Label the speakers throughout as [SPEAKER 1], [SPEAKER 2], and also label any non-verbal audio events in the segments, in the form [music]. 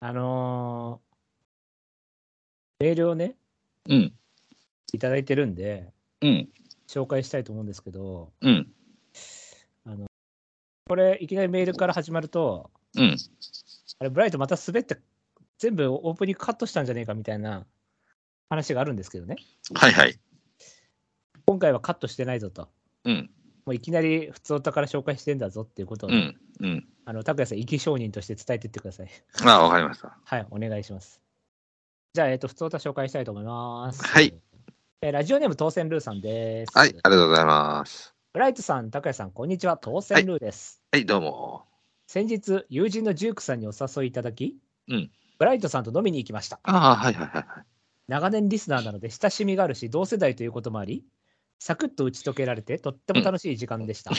[SPEAKER 1] あのーメールをね、
[SPEAKER 2] うん、
[SPEAKER 1] いただいてるんで、
[SPEAKER 2] うん、
[SPEAKER 1] 紹介したいと思うんですけど、
[SPEAKER 2] うん、
[SPEAKER 1] これ、いきなりメールから始まると、
[SPEAKER 2] うん。
[SPEAKER 1] あれ、ブライトまた滑って、全部オープニングカットしたんじゃねえかみたいな話があるんですけどね、
[SPEAKER 2] はいはい。
[SPEAKER 1] 今回はカットしてないぞと、
[SPEAKER 2] うん、
[SPEAKER 1] もういきなり普通お宝紹介してんだぞっていうことを、
[SPEAKER 2] うん、うん。
[SPEAKER 1] あの拓也さん、生き証人として伝えていってください。
[SPEAKER 2] ああ、わかりました。
[SPEAKER 1] はい、お願いします。じゃあ、えっ、と、普通歌紹介したいと思います。
[SPEAKER 2] はい。
[SPEAKER 1] えーラジオネーム、当選ルーさんです。
[SPEAKER 2] はい、ありがとうございます。
[SPEAKER 1] ブライトさん、高谷さん、こんにちは。当選ルーです。
[SPEAKER 2] はい、どうも。
[SPEAKER 1] 先日、友人のジュークさんにお誘いいただき、
[SPEAKER 2] うん
[SPEAKER 1] ブライトさんと飲みに行きました。
[SPEAKER 2] ああ、はいはいはいはい。
[SPEAKER 1] 長年リスナーなので親しみがあるし、同世代ということもあり、サクッと打ち解けられて、とっても楽しい時間でした。 [laughs]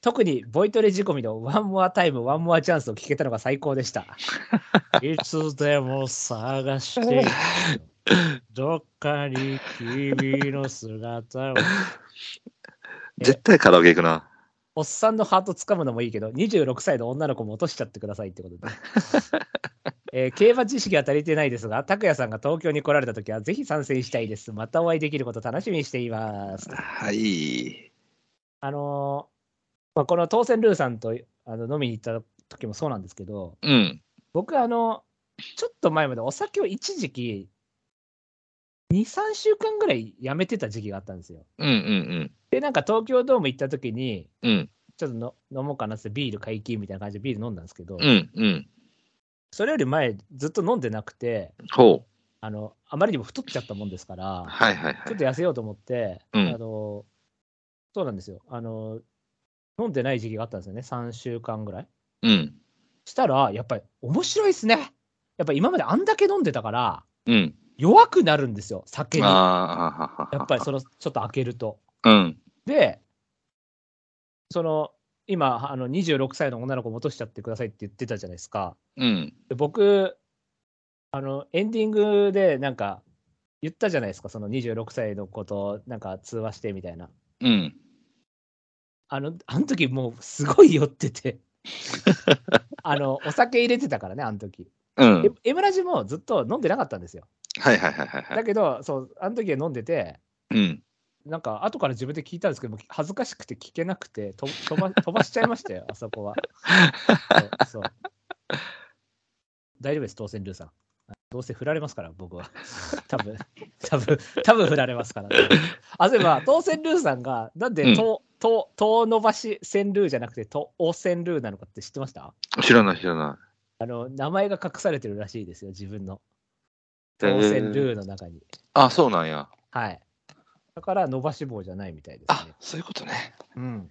[SPEAKER 1] 特にボイトレ仕込みのワンモアタイム、ワンモアチャンスを聞けたのが最高でした。いつでも探している、どっかに君の姿を。
[SPEAKER 2] 絶対カラオケ行くな。
[SPEAKER 1] おっさんのハート掴むのもいいけど、26歳の女の子も落としちゃってくださいってことで。 [laughs] えー競馬知識は足りてないですが、拓也さんが東京に来られたときは、ぜひ参戦したいです。またお会いできること楽しみにしています。
[SPEAKER 2] はい。
[SPEAKER 1] あのーまあ、この当選ルーさんとあの飲みに行った時もそうなんですけど、
[SPEAKER 2] うん、
[SPEAKER 1] 僕、あの、ちょっと前までお酒を一時期、2、3週間ぐらいやめてた時期があったんですよ。
[SPEAKER 2] うん、うん、
[SPEAKER 1] で、なんか東京ドーム行った時に、
[SPEAKER 2] うん、うん、
[SPEAKER 1] ちょっとの飲もうかなってビール解禁みたいな感じでビール飲んだんですけど、
[SPEAKER 2] うん、うん。
[SPEAKER 1] それより前ずっと飲んでなくて
[SPEAKER 2] ほ
[SPEAKER 1] あのあまりにも太っちゃったもんですから
[SPEAKER 2] う。はいはいは
[SPEAKER 1] ちょっ
[SPEAKER 2] い。
[SPEAKER 1] と痩せようと思って、
[SPEAKER 2] うん
[SPEAKER 1] あのそうなんですよあの飲んでない時期があったんですよね3週間ぐらい
[SPEAKER 2] うん、
[SPEAKER 1] したらやっぱり面白いですねやっぱ今まであんだけ飲んでたから
[SPEAKER 2] うん。
[SPEAKER 1] 弱くなるんですよ酒に
[SPEAKER 2] あ
[SPEAKER 1] や
[SPEAKER 2] あ、
[SPEAKER 1] っぱりそのちょっと開けると
[SPEAKER 2] うん、
[SPEAKER 1] でその今あの26歳の女の子戻しちゃってくださいって言ってたじゃないですか
[SPEAKER 2] うん、
[SPEAKER 1] で僕あのエンディングでなんか言ったじゃないですかその26歳の子となんか通話してみたいな
[SPEAKER 2] うん。
[SPEAKER 1] あのあの時もうすごい酔って
[SPEAKER 2] [laughs]
[SPEAKER 1] てあのお酒入れてたからねあの時
[SPEAKER 2] うん。
[SPEAKER 1] えエムラジもずっと飲んでなかったんですよ
[SPEAKER 2] はいはいはいはい。はい
[SPEAKER 1] だけどそうあの時は飲んでて
[SPEAKER 2] うん。
[SPEAKER 1] なんか後から自分で聞いたんですけども恥ずかしくて聞けなくて
[SPEAKER 2] [laughs]
[SPEAKER 1] と飛ば飛ばしちゃいましたよあそこはそうそう大丈夫です当選ルーさんどうせ振られますから僕は多
[SPEAKER 2] [laughs]
[SPEAKER 1] 分多分多分振られますからあそういえば当選ルーさんがなん
[SPEAKER 2] う
[SPEAKER 1] で
[SPEAKER 2] ん
[SPEAKER 1] と、とと伸ばし線ルーじゃなくてとお線ルーなのかって知ってました
[SPEAKER 2] 知らない知らな
[SPEAKER 1] あの名前が隠されてるらしいですよ自分の
[SPEAKER 2] い。
[SPEAKER 1] 当選
[SPEAKER 2] えー
[SPEAKER 1] ルーの中に、
[SPEAKER 2] あ、そうなんや。
[SPEAKER 1] はいだから伸ばし棒じゃないみたいです
[SPEAKER 2] あ
[SPEAKER 1] ね、
[SPEAKER 2] そういうことね。
[SPEAKER 1] うん。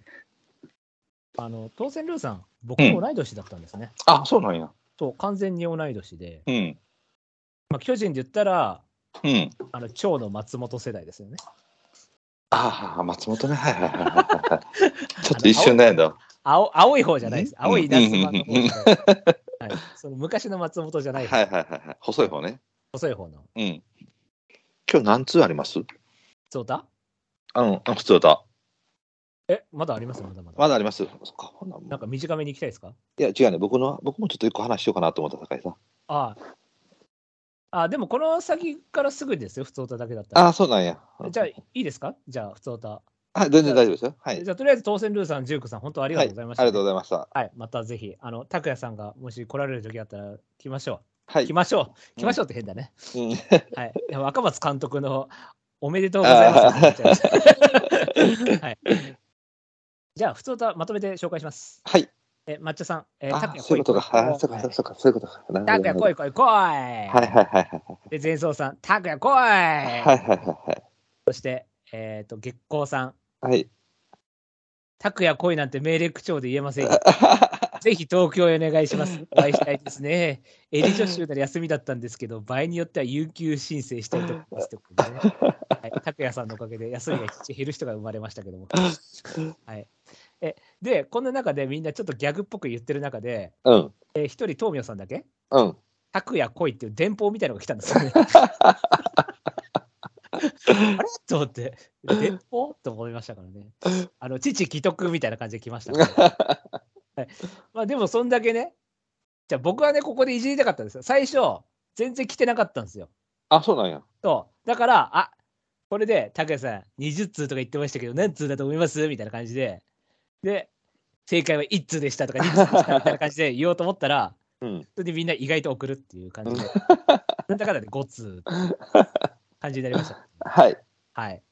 [SPEAKER 1] あの、当選ルーさん、僕も同い年だったんですね。
[SPEAKER 2] あ、そうなんや。
[SPEAKER 1] そう、完全に同い年で、
[SPEAKER 2] うん、
[SPEAKER 1] まあ、巨人で言ったら、
[SPEAKER 2] うん。
[SPEAKER 1] あの、長の松本世代ですよね。
[SPEAKER 2] ああ、松本ね。はいはいはいはい [laughs] はい。ちょっと一瞬悩んだ。
[SPEAKER 1] 青青い方じゃないです。
[SPEAKER 2] うん
[SPEAKER 1] 青い夏場の方じゃないです。はい、その昔の松本じゃな
[SPEAKER 2] は
[SPEAKER 1] い、
[SPEAKER 2] いはいはいはい。細い方ね。
[SPEAKER 1] 細い方の。
[SPEAKER 2] うん。今日何通あります
[SPEAKER 1] そうだ
[SPEAKER 2] あの、あ普通だ。
[SPEAKER 1] え、まだありますまだまだ。
[SPEAKER 2] まだあります。そっか、ほんならもう
[SPEAKER 1] なんか短めに行きたいですか
[SPEAKER 2] いや、違うね。僕の、僕もちょっと一個話しようかなと思った、高井さん。
[SPEAKER 1] ああ。ああ、でもこの先からすぐですよ、普通歌だけだったら。
[SPEAKER 2] ああ、そうなんや。
[SPEAKER 1] じゃあ、いいですかじゃあ、普通歌。
[SPEAKER 2] あ、はい、全然大丈夫ですよ。はい。
[SPEAKER 1] じゃあ、とりあえず当選ルーさん、ジュークさん、本当ありがとうございました、
[SPEAKER 2] はいありがとうございました。
[SPEAKER 1] はい、またぜひ、あの、拓也さんがもし来られる時あったら来ましょ
[SPEAKER 2] は
[SPEAKER 1] う。
[SPEAKER 2] い
[SPEAKER 1] 来。ましょう。来ましょうって変だね。
[SPEAKER 2] うん [laughs]
[SPEAKER 1] はい。いや若松監督のおめでとうございますって言っち
[SPEAKER 2] [laughs]
[SPEAKER 1] ゃいましたはい。じゃあ、普通とまとめて紹介します。
[SPEAKER 2] はい。
[SPEAKER 1] え、抹茶さん、えー、
[SPEAKER 2] あ
[SPEAKER 1] 拓、也
[SPEAKER 2] そういうことか。あ、そう
[SPEAKER 1] 来
[SPEAKER 2] か、
[SPEAKER 1] い
[SPEAKER 2] そうか、そうか、そういうことか。なるほど
[SPEAKER 1] 拓也来い来い来い。
[SPEAKER 2] はいはいはいはい。
[SPEAKER 1] で、前奏さん、拓也来い。
[SPEAKER 2] はいはいはい
[SPEAKER 1] えっ、と、月光さん、
[SPEAKER 2] はい。はい。
[SPEAKER 1] 拓也来いなんて命令口調で言えませんよ。ぜひ東京へお願いします。お会いしたいですね。エリ女子なら休みだったんですけど、場合によっては有給申請したいと思いますってことね。はい、拓也さんのおかげで休みが一日減る人が生まれましたけども。はい、えで、こんな中でみんなちょっとギャグっぽく言ってる中で、
[SPEAKER 2] うん。
[SPEAKER 1] えー一人、東明さんだけ、
[SPEAKER 2] うん。
[SPEAKER 1] 拓也来いっていう電報みたいなのが来たんですよね。あれと思って、電報と思いましたからね。あの、父既得みたいな感じで来ましたから、はいまあでも、そんだけね、じゃあ僕はね、ここでいじりたかったんですよ。最初、全然来てなかったんですよ。
[SPEAKER 2] あ、そうなんや。
[SPEAKER 1] そう。だから、あこれで、拓也さん、20通とか言ってましたけど、何通だと思いますみたいな感じで、で、正解は1通でしたとか、2通でしたみたいな感じで言おうと思ったら、
[SPEAKER 2] うん。
[SPEAKER 1] それでみんな意外と送るっていう感じで、なんだかんだで5通っていう感じになりました。
[SPEAKER 2] はい。
[SPEAKER 1] はい。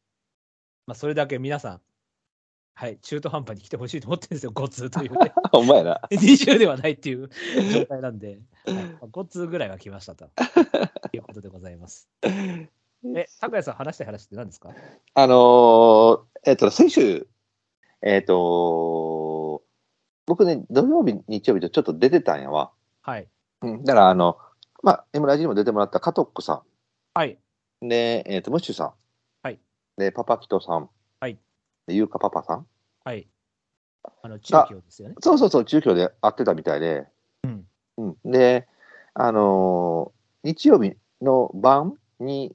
[SPEAKER 1] まあ、それだけ皆さん、はい、中途半端に来てほしいと思ってるんですよ、5通という [laughs] ね。
[SPEAKER 2] お前な。
[SPEAKER 1] 20ではないっていう [laughs] 状態なんで、はいまあ5通ぐらいは来ましたということでございます。 [laughs] え、拓也さん、話したい話って何ですか
[SPEAKER 2] あのーえっと、先週、えっと、僕ね、土曜日、日曜日とちょっと出てたんやわ。
[SPEAKER 1] はい。
[SPEAKER 2] うん。だから、あの、まあ、M ラジにも出てもらったカトックさ
[SPEAKER 1] はい。
[SPEAKER 2] ん。で、えっと、ムッシュさん。
[SPEAKER 1] はい。
[SPEAKER 2] で、パパキトさん。
[SPEAKER 1] はい。
[SPEAKER 2] で、ゆうかパパさん。
[SPEAKER 1] はい。あの、中京ですよね。
[SPEAKER 2] そうそうそう、中京で会ってたみたいで。
[SPEAKER 1] うん。
[SPEAKER 2] うん。で、あのー日曜日の晩に、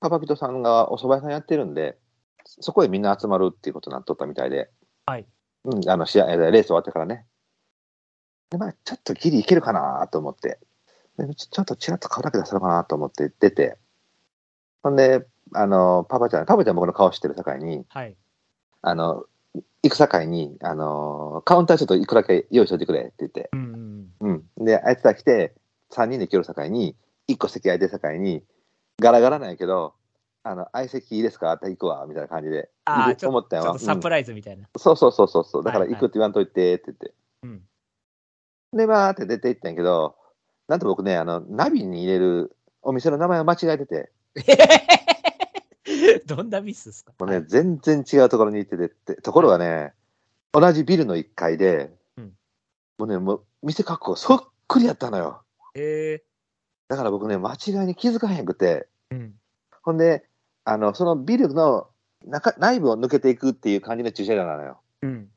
[SPEAKER 2] パパキトさんがお蕎麦屋さんやってるんで、そこへみんな集まるっていうことになっとったみたいで。
[SPEAKER 1] はい。
[SPEAKER 2] うん、あの、試合、えーレース終わってからね。で、まあ、ちょっとギリいけるかなと思って。でちょちょっとちらっと顔だけ出せるかなと思って出て。ほんで、あのーパパちゃん、パパちゃん僕の顔知ってる境に、
[SPEAKER 1] はい。
[SPEAKER 2] あの、行くさかいに、あのーカウンターちょっといくらか用意しといてくれって言って。
[SPEAKER 1] うんうんうん。
[SPEAKER 2] うん。で、あいつら来て、3人で来るさかいに、1個席空いてるさかいに、ガラガラなんやけど、あの、相席いいですかって行くわ、みたいな感じで。
[SPEAKER 1] ああ、ちょ
[SPEAKER 2] 思った
[SPEAKER 1] ち
[SPEAKER 2] よ
[SPEAKER 1] ょっとサプ
[SPEAKER 2] うん
[SPEAKER 1] ライズみたいな。
[SPEAKER 2] そうそうそうそうそう。だから
[SPEAKER 1] はい
[SPEAKER 2] 行
[SPEAKER 1] はい
[SPEAKER 2] くって言わんといて、って言って。
[SPEAKER 1] うん。
[SPEAKER 2] で、バーって出て行ったんやけど、なんと僕ね、あの、ナビに入れるお店の名前を間違えてて、
[SPEAKER 1] [laughs] どんなミスですか
[SPEAKER 2] もうね、全然違うところに行っててって、ところがね、同じビルの1階で、
[SPEAKER 1] うん
[SPEAKER 2] もうね、もう店確保そっくりやったのよ。
[SPEAKER 1] え
[SPEAKER 2] だから僕ね、間違いに気づかへんくて、
[SPEAKER 1] ー、うん。
[SPEAKER 2] ほんで、あの、そのビルの中、内部を抜けていくっていう感じの駐車場なのよ。
[SPEAKER 1] うん。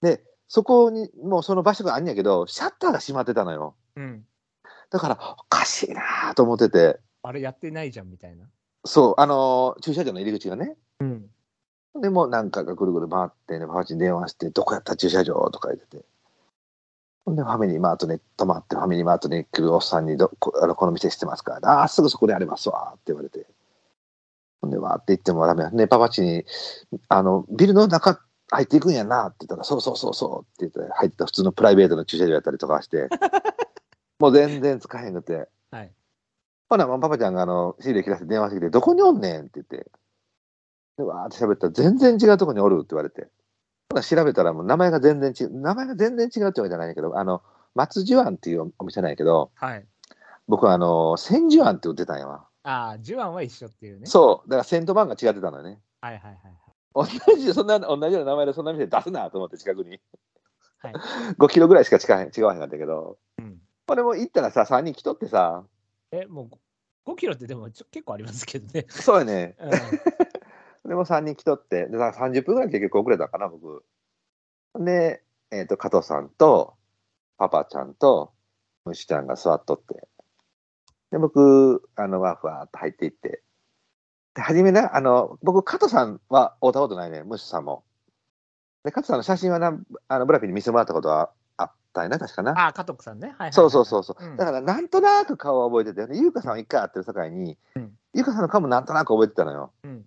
[SPEAKER 2] で、そこに、もうその場所があんねやけど、シャッターが閉まってたのよ。
[SPEAKER 1] うん。
[SPEAKER 2] だから、おかしいなと思ってて、
[SPEAKER 1] あれやってないじゃんみたいな。
[SPEAKER 2] そう、あのー駐車場の入り口がね。
[SPEAKER 1] うん。
[SPEAKER 2] でもうなんかがぐるぐる回ってね、パパチに電話して、どこやった駐車場とか言ってて。ほんで、ファミリーマートに泊まって、ファミリーマートに来るおっさんにどこ、あのこの店知ってますかああ、すぐそこでありますわって言われて。ほんで、わーって言ってもダメや。ね、パパチに、あの、ビルの中入っていくんやなって言ったら、そうそうそうそうって言って、入った普通のプライベートの駐車場やったりと
[SPEAKER 1] [laughs]
[SPEAKER 2] かして、もう全然使えへんくて。
[SPEAKER 1] はい。
[SPEAKER 2] ほな、まあパパちゃんがあの、シール切らせて電話してきて、どこにおんねんって言って、で、わーって喋ったら、全然違うとこにおるって言われて。ほな、調べたらもう名前が全然違う。名前が全然違うってわけじゃないんやけど、あの、松寿庵っていうお店なんやけど、
[SPEAKER 1] はい。
[SPEAKER 2] 僕はあの、千寿庵って売ってたんやわ。
[SPEAKER 1] ああ、ジュアンは一緒っていうね。
[SPEAKER 2] そう。だから千と万が違ってたのよね。
[SPEAKER 1] はいはいはい
[SPEAKER 2] 同じ、そんな、同じような名前でそんな店出すなと思って近くに。
[SPEAKER 1] はい。
[SPEAKER 2] 5キロぐらいしか近い違わへんかったけど。
[SPEAKER 1] うん。
[SPEAKER 2] これも行ったらさ、3人来とってさ、
[SPEAKER 1] え、もう5キロってでもちょ結構ありますけどね。
[SPEAKER 2] そうやね。 [laughs]
[SPEAKER 1] うん、
[SPEAKER 2] それも3人来とって、でだから30分ぐらい結局遅れたかな、僕。で、えっ、と、加藤さんと、パパちゃんと、虫ちゃんが座っとって。で、僕、あの、わーふわーっと入っていって。で、初めね、あの、僕、加藤さんは会うたことないね、虫さんも。で、加藤さんの写真はな、あの、ブラピに見せてもらったことはあったんやな、確かな。
[SPEAKER 1] ああ、加藤さんね。はいはいはい、
[SPEAKER 2] そうそうそうそう、
[SPEAKER 1] うん
[SPEAKER 2] だからなんとなく顔は覚えてたよね。ゆうかさんは一回会ってる境に、
[SPEAKER 1] うん
[SPEAKER 2] ゆうかさんの顔もなんとなく覚えてたのよ。
[SPEAKER 1] うん。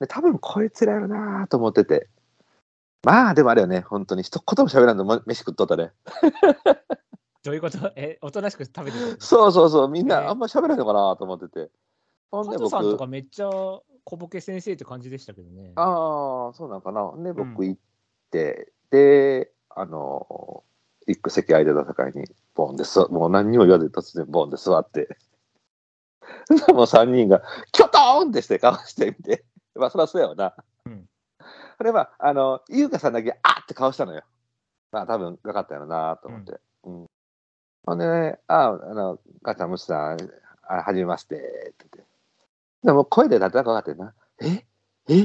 [SPEAKER 2] で多分こいつらやろなと思っててまあでもあれよね本当に一言も喋らんとも飯食っとったね
[SPEAKER 1] どういうことえ、おとなしく食べてる。
[SPEAKER 2] そうそうそうみん
[SPEAKER 1] ね
[SPEAKER 2] なあんま喋らんのかなと思っててほん
[SPEAKER 1] 加
[SPEAKER 2] で
[SPEAKER 1] 藤さんと
[SPEAKER 2] 僕
[SPEAKER 1] かめっちゃ小ボケ先生って感じでしたけどね。
[SPEAKER 2] ああそうなんかなほんで僕
[SPEAKER 1] う
[SPEAKER 2] 行って、であの一個席空いてた境にボンですもう何にも言わずに突然ボンで座って [laughs] もう3人がキョトーンってして顔してみて [laughs] まあそりゃそうやわな、
[SPEAKER 1] うん
[SPEAKER 2] これはあの優香さんだけあって顔したのよまあ多分分かったやろなと思って、うんほんでねああの母ちゃんむしさんあはじめましてって言ってでも声でなんとなく分かってんなえ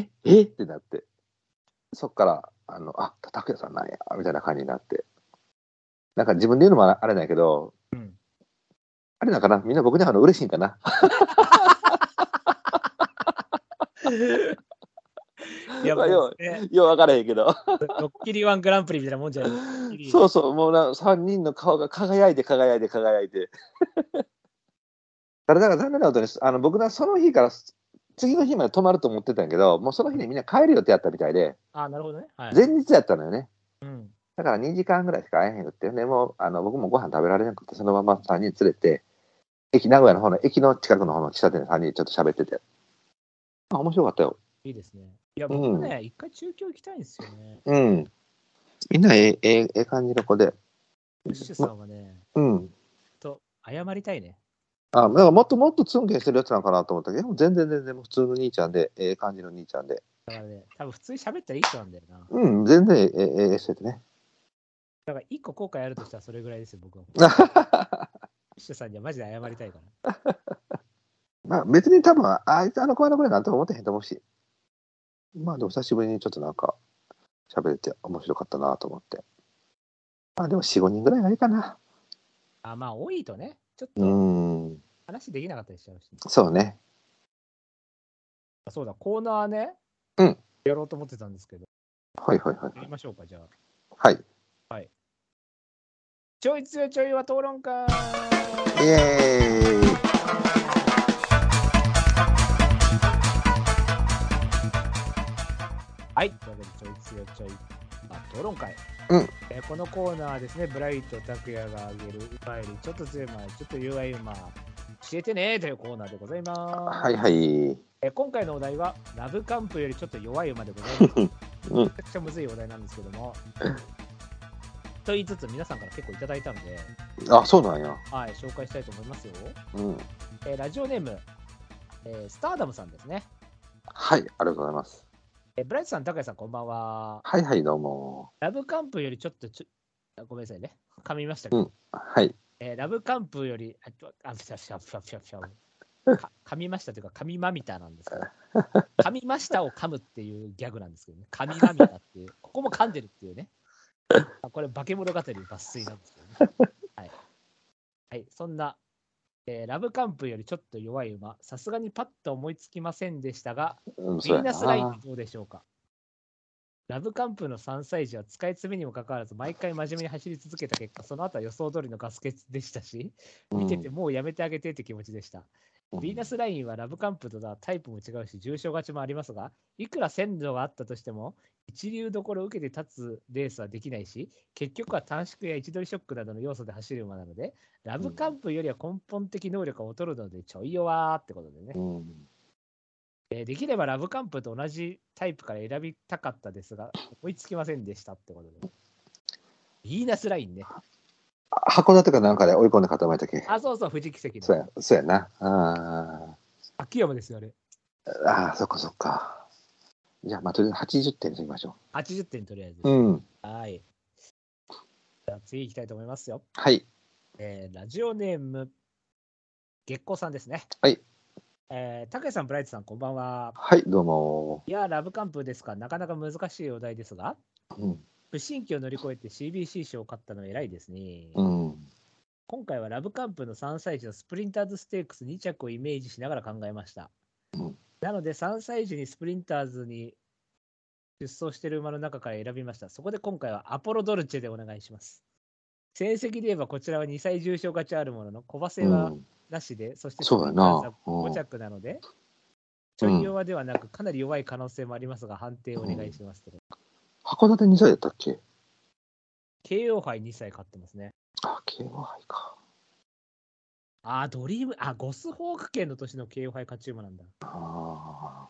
[SPEAKER 2] ええってなってそっからあのあ拓哉さんなんやみたいな感じになってなんか自分で言うのもあれなんやけど、
[SPEAKER 1] うん
[SPEAKER 2] あれなんかなみんな [laughs] 僕に会うの嬉しいんかな
[SPEAKER 1] いや
[SPEAKER 2] まあ
[SPEAKER 1] も
[SPEAKER 2] よ
[SPEAKER 1] うね
[SPEAKER 2] うよう分からへんけど。
[SPEAKER 1] ドッキリワングランプリみたいなもんじゃないですか。
[SPEAKER 2] [laughs] そうそう、もうな3人の顔が輝いて輝いて輝いて。 [laughs] ただ、だから残念なことです。あの僕はその日から次の日まで泊まると思ってたんやけど、もうその日にみんな帰る予定やったみたいで、
[SPEAKER 1] あ、なるほどね。はい。
[SPEAKER 2] 前日やったのよね。
[SPEAKER 1] うん。
[SPEAKER 2] だから2時間ぐらいしか会えへんくって、でもうあの僕もご飯食べられなくて、そのまま3人連れて、駅、名古屋の方の駅の近くの方の喫茶店で3人ちょっと喋ってて。あ、面白かったよ。
[SPEAKER 1] いいですね。いや、
[SPEAKER 2] うん
[SPEAKER 1] 僕ね、一回中京行きたいんですよね。
[SPEAKER 2] うん。みんなええ、ええ、ええ感じの子で。
[SPEAKER 1] ブッシュさんはね、
[SPEAKER 2] うん。
[SPEAKER 1] と、謝りたいね。
[SPEAKER 2] あ、だからもっともっとツンケンしてるやつなんかなと思ったけど、全然全然もう普通の兄ちゃんで、ええ感じの兄ちゃんで。
[SPEAKER 1] だからね、多分普通に喋ったらいい人なんだよな。
[SPEAKER 2] うん、全然ええ、ええ、ええしててね。
[SPEAKER 1] だから一個後悔あるとしたらそれぐらいですよ、
[SPEAKER 2] [laughs]
[SPEAKER 1] 僕は。ブッシュさんにはマジで謝りたいから。
[SPEAKER 2] まあ別に多分、あいつあの子はあの子やなんて思ってへんと思うし。まあでも久しぶりにちょっとなんか、喋れて面白かったなと思って。まあでも4、5人ぐらいがいいかな。
[SPEAKER 1] あ、まあ多いとね、ちょっ
[SPEAKER 2] う
[SPEAKER 1] と
[SPEAKER 2] ーん、
[SPEAKER 1] 話できなかったりしちゃうし。
[SPEAKER 2] そうね。
[SPEAKER 1] あそうだ、コーナーね、
[SPEAKER 2] うん
[SPEAKER 1] やろうと思ってたんですけど、
[SPEAKER 2] はいはいはい
[SPEAKER 1] や。りましょうか、じゃあ。
[SPEAKER 2] はい。
[SPEAKER 1] ちょい強いちょいは討論会
[SPEAKER 2] イエーイ
[SPEAKER 1] はい、というわけで、ちょい強いちょいは討論会。
[SPEAKER 2] うん
[SPEAKER 1] えーこのコーナーはですね、ブライト拓也が挙げる、いわゆるちょっと強い馬、ちょっと弱い馬、教えてねというコーナーでございます。
[SPEAKER 2] はいはい。
[SPEAKER 1] えー今回のお題は、ラブカンプよりちょっと弱い馬でございます。め
[SPEAKER 2] うん、
[SPEAKER 1] ちゃくちゃむずいお題なんですけども。と言いつつ、皆さんから結構いただいたので、
[SPEAKER 2] あ、そうなんや。
[SPEAKER 1] はい、紹介したいと思いますよ。
[SPEAKER 2] うん。
[SPEAKER 1] えーラジオネーム、えースターダムさんですね。
[SPEAKER 2] はい、ありがとうございます。
[SPEAKER 1] えーブライトさん、高谷さん、こんばんは。
[SPEAKER 2] はいはい、どうも。
[SPEAKER 1] ラブカンプよりちょっとちょ、あごめんなさいね。噛みましたけ
[SPEAKER 2] う
[SPEAKER 1] ど、
[SPEAKER 2] んはい。
[SPEAKER 1] えーラブカンプより、あ、ちょあ、ふしゃふしゃふしゃふしゃふし
[SPEAKER 2] [laughs]
[SPEAKER 1] ゃ。か噛みましたというか、噛みまみたなんですけど、噛みましたを噛むっていうギャグなんですけどね、噛みまみたって
[SPEAKER 2] [laughs]
[SPEAKER 1] いう、ここも噛んでるっていうね、あこれ、化け物語抜
[SPEAKER 2] [laughs]
[SPEAKER 1] 粋なんですけどね。はい、はい、そんな、えーラブカンプよりちょっと弱い馬、さすがにパッと思いつきませんでしたが、
[SPEAKER 2] うん、
[SPEAKER 1] ヴィーナ
[SPEAKER 2] な
[SPEAKER 1] スラインどうでしょうかラブカンプの3歳児は使い詰めにもかかわらず毎回真面目に走り続けた結果その後は予想通りのガス欠でしたし見ててもうやめてあげてって気持ちでした、
[SPEAKER 2] うん
[SPEAKER 1] ヴィーナスラインはラブカンプとはタイプも違うし重症勝ちもありますがいくら鮮度があったとしても一流どころを受けて立つレースはできないし結局は短縮や位置取りショックなどの要素で走る馬なのでラブカンプよりは根本的能力が劣るのでちょい弱ってことでね
[SPEAKER 2] うん。
[SPEAKER 1] えーできればラブカンプと同じタイプから選びたかったですが、追いつきませんでしたってことで。ヴィーナスラインね。
[SPEAKER 2] あ函館かなんかで追い込んで固めたっけ。
[SPEAKER 1] あ、そうそう、藤木席
[SPEAKER 2] そ
[SPEAKER 1] の。
[SPEAKER 2] うや、そうやな。あ
[SPEAKER 1] 秋山ですよ、あれ。
[SPEAKER 2] ーあー、そっかそっか。じゃあ、まあ、とりあえず80点にしましょ
[SPEAKER 1] 80点とりあえず。
[SPEAKER 2] う。うん。
[SPEAKER 1] はい。じゃあ次行きたいと思いますよ。
[SPEAKER 2] はい。
[SPEAKER 1] えーラジオネーム、月光さんですね。
[SPEAKER 2] はい。
[SPEAKER 1] えー、高橋さん、ブライトさん、こんばんは。
[SPEAKER 2] はい、どうも。
[SPEAKER 1] いやー、ラブカンプですか、なかなか難しいお題ですが、
[SPEAKER 2] うん。
[SPEAKER 1] 不審期を乗り越えて CBC 賞を勝ったのは偉いですね。
[SPEAKER 2] うん。
[SPEAKER 1] 今回はラブカンプの3歳児のスプリンターズステークス2着をイメージしながら考えました。
[SPEAKER 2] うん
[SPEAKER 1] なので3歳児にスプリンターズに出走している馬の中から選びました。そこで今回はアポロドルチェでお願いします。成績で言えばこちらは2歳重症勝ちあるものの、小馬
[SPEAKER 2] う
[SPEAKER 1] 性は
[SPEAKER 2] ん。
[SPEAKER 1] なしで、そして
[SPEAKER 2] そうだな
[SPEAKER 1] スプリンターズは5着なので、ち
[SPEAKER 2] うん
[SPEAKER 1] ょい弱ではなくかなり弱い可能性もありますが判定お願いしますと。
[SPEAKER 2] 函館2歳だったっけ
[SPEAKER 1] KO 杯2歳勝ってますね。
[SPEAKER 2] あ、KY か。
[SPEAKER 1] あー、ドリーム、あ、ゴスホーク圏の年の KO 杯勝ち馬なんだ。
[SPEAKER 2] あ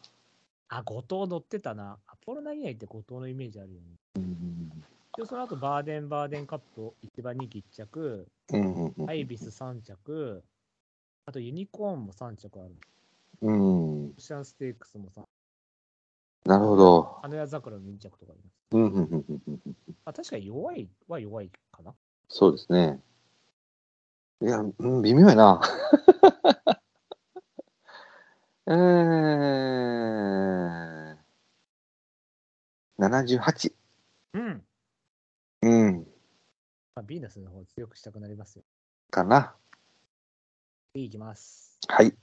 [SPEAKER 1] あ、後藤乗ってたな。アポロナイナイって後藤のイメージあるよね。
[SPEAKER 2] ーうん
[SPEAKER 1] で、その後、バーデン・バーデンカップ一番人気1着、
[SPEAKER 2] うんうんうん
[SPEAKER 1] アイビス3着、あとユニコーンも3着ある。
[SPEAKER 2] うん。
[SPEAKER 1] オシャンステークスも3、
[SPEAKER 2] なるほど。
[SPEAKER 1] 花屋桜の2着とかあります。
[SPEAKER 2] うんうんうんうんうんうん。
[SPEAKER 1] あ、確かに弱いは弱いかな。
[SPEAKER 2] そうですね。いや、うん、微妙やな。 [laughs] えー、78。
[SPEAKER 1] うん。
[SPEAKER 2] うん、
[SPEAKER 1] まあ、ビーナスの方を強くしたくなりますよ。
[SPEAKER 2] かな。
[SPEAKER 1] 次いきます。
[SPEAKER 2] はい。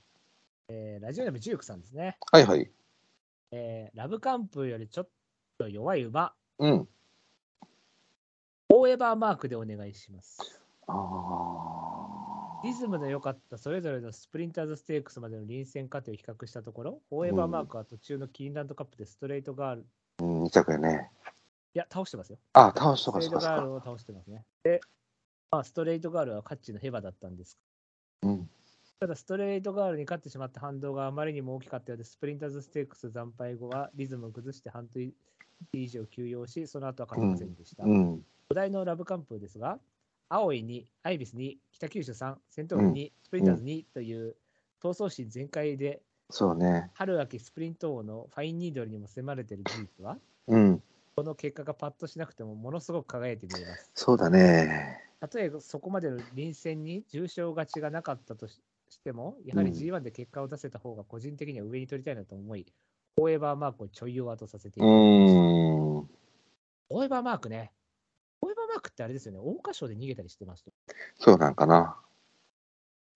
[SPEAKER 1] えーラジオネームジュークさんですね。
[SPEAKER 2] はいはい。
[SPEAKER 1] えーラブカンプーよりちょっと弱い馬、
[SPEAKER 2] うん。
[SPEAKER 1] オーエバーマークでお願いします。
[SPEAKER 2] あ
[SPEAKER 1] リズムの良かったそれぞれのスプリンターズステークスまでの臨戦過程を比較したところ、フォーエバーマークは途中のキーンランドカップでストレートガール、い
[SPEAKER 2] あ。うん、2着やね。
[SPEAKER 1] や、倒してますよ。
[SPEAKER 2] あ、倒しとか
[SPEAKER 1] ス
[SPEAKER 2] そ
[SPEAKER 1] ト
[SPEAKER 2] う
[SPEAKER 1] レ
[SPEAKER 2] か
[SPEAKER 1] ートガー
[SPEAKER 2] そうか。
[SPEAKER 1] ルを倒してますね。で、まあ、ストレートガールはカッチのヘバだったんです
[SPEAKER 2] うん。
[SPEAKER 1] ただ、ストレートガールに勝ってしまった反動があまりにも大きかったようで、スプリンターズステークス惨敗後はリズムを崩して半年以上休養し、その後は勝てませんでした。
[SPEAKER 2] うん。
[SPEAKER 1] お題のラブカンプーですが、青い2、アイビス2、北九州3、戦闘員2、スプリンターズ2という闘争心全開で、
[SPEAKER 2] そうね。
[SPEAKER 1] 春秋スプリント王のファインニードルにも迫られている事実は、
[SPEAKER 2] うん。
[SPEAKER 1] この結果がパッとしなくてもものすごく輝いて見えます。
[SPEAKER 2] そうだね。
[SPEAKER 1] たとえそこまでの臨戦に重傷勝ちがなかったとししても、やはり
[SPEAKER 2] うん
[SPEAKER 1] G1 で結果を出せた方が個人的には上に取りたいなと思い、フォーエバーマークをちょい弱とさせていうる。
[SPEAKER 2] ーん。
[SPEAKER 1] フォーエバーマークね。フォーエバーマークってあれですよね、桜花賞で逃げたりしてました。
[SPEAKER 2] そうなんかな。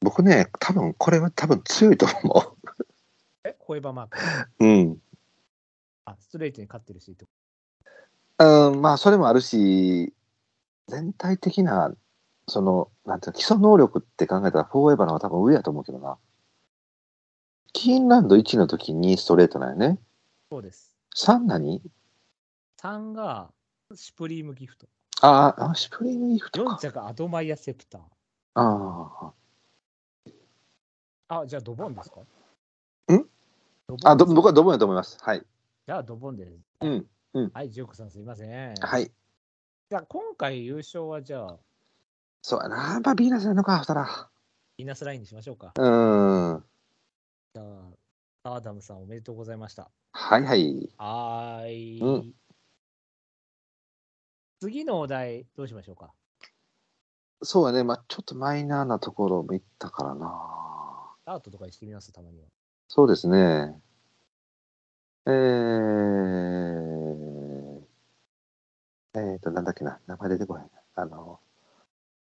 [SPEAKER 2] 僕ね、多分これは多分強いと思
[SPEAKER 1] え、フォーエバーマーク。
[SPEAKER 2] う。うん。
[SPEAKER 1] あ、ストレートに勝ってるしってこ
[SPEAKER 2] うん、まあ、それもあるし、全体的な、その、なんていうの、基礎能力って考えたら、フォーエバーの方が多分上やと思うけどな。キーンランド1の時にストレートなんよね。
[SPEAKER 1] と。そうです。
[SPEAKER 2] 3何
[SPEAKER 1] 3がシュプリームギフト。
[SPEAKER 2] あーあ、シュプリームギフト
[SPEAKER 1] 4
[SPEAKER 2] か。
[SPEAKER 1] 着アドマイアセプター。
[SPEAKER 2] あ
[SPEAKER 1] あ、じゃあドボンですかド
[SPEAKER 2] ん
[SPEAKER 1] ボンです
[SPEAKER 2] あ。あ、ど僕はドボンやと思います。はい。
[SPEAKER 1] じゃあドボンです。
[SPEAKER 2] うん。
[SPEAKER 1] はい、ジョークさんすいません。
[SPEAKER 2] はい。
[SPEAKER 1] じゃあ今回優勝はじゃあ、
[SPEAKER 2] そうやな。やっぱビーナスなのか、そしたら。
[SPEAKER 1] イナスラインにしましょうか。
[SPEAKER 2] うーん。
[SPEAKER 1] じゃあ、アダムさんおめでとうございました。
[SPEAKER 2] はいはい。
[SPEAKER 1] はーい。
[SPEAKER 2] うん
[SPEAKER 1] 次のお題、どうしましょうか。
[SPEAKER 2] そうやね。まあ、ちょっとマイナーなところもいったからな。
[SPEAKER 1] アートとかにしてみます、たまには。
[SPEAKER 2] そうですね。えー、えーと、なんだっけな、名前出てこないな。あの、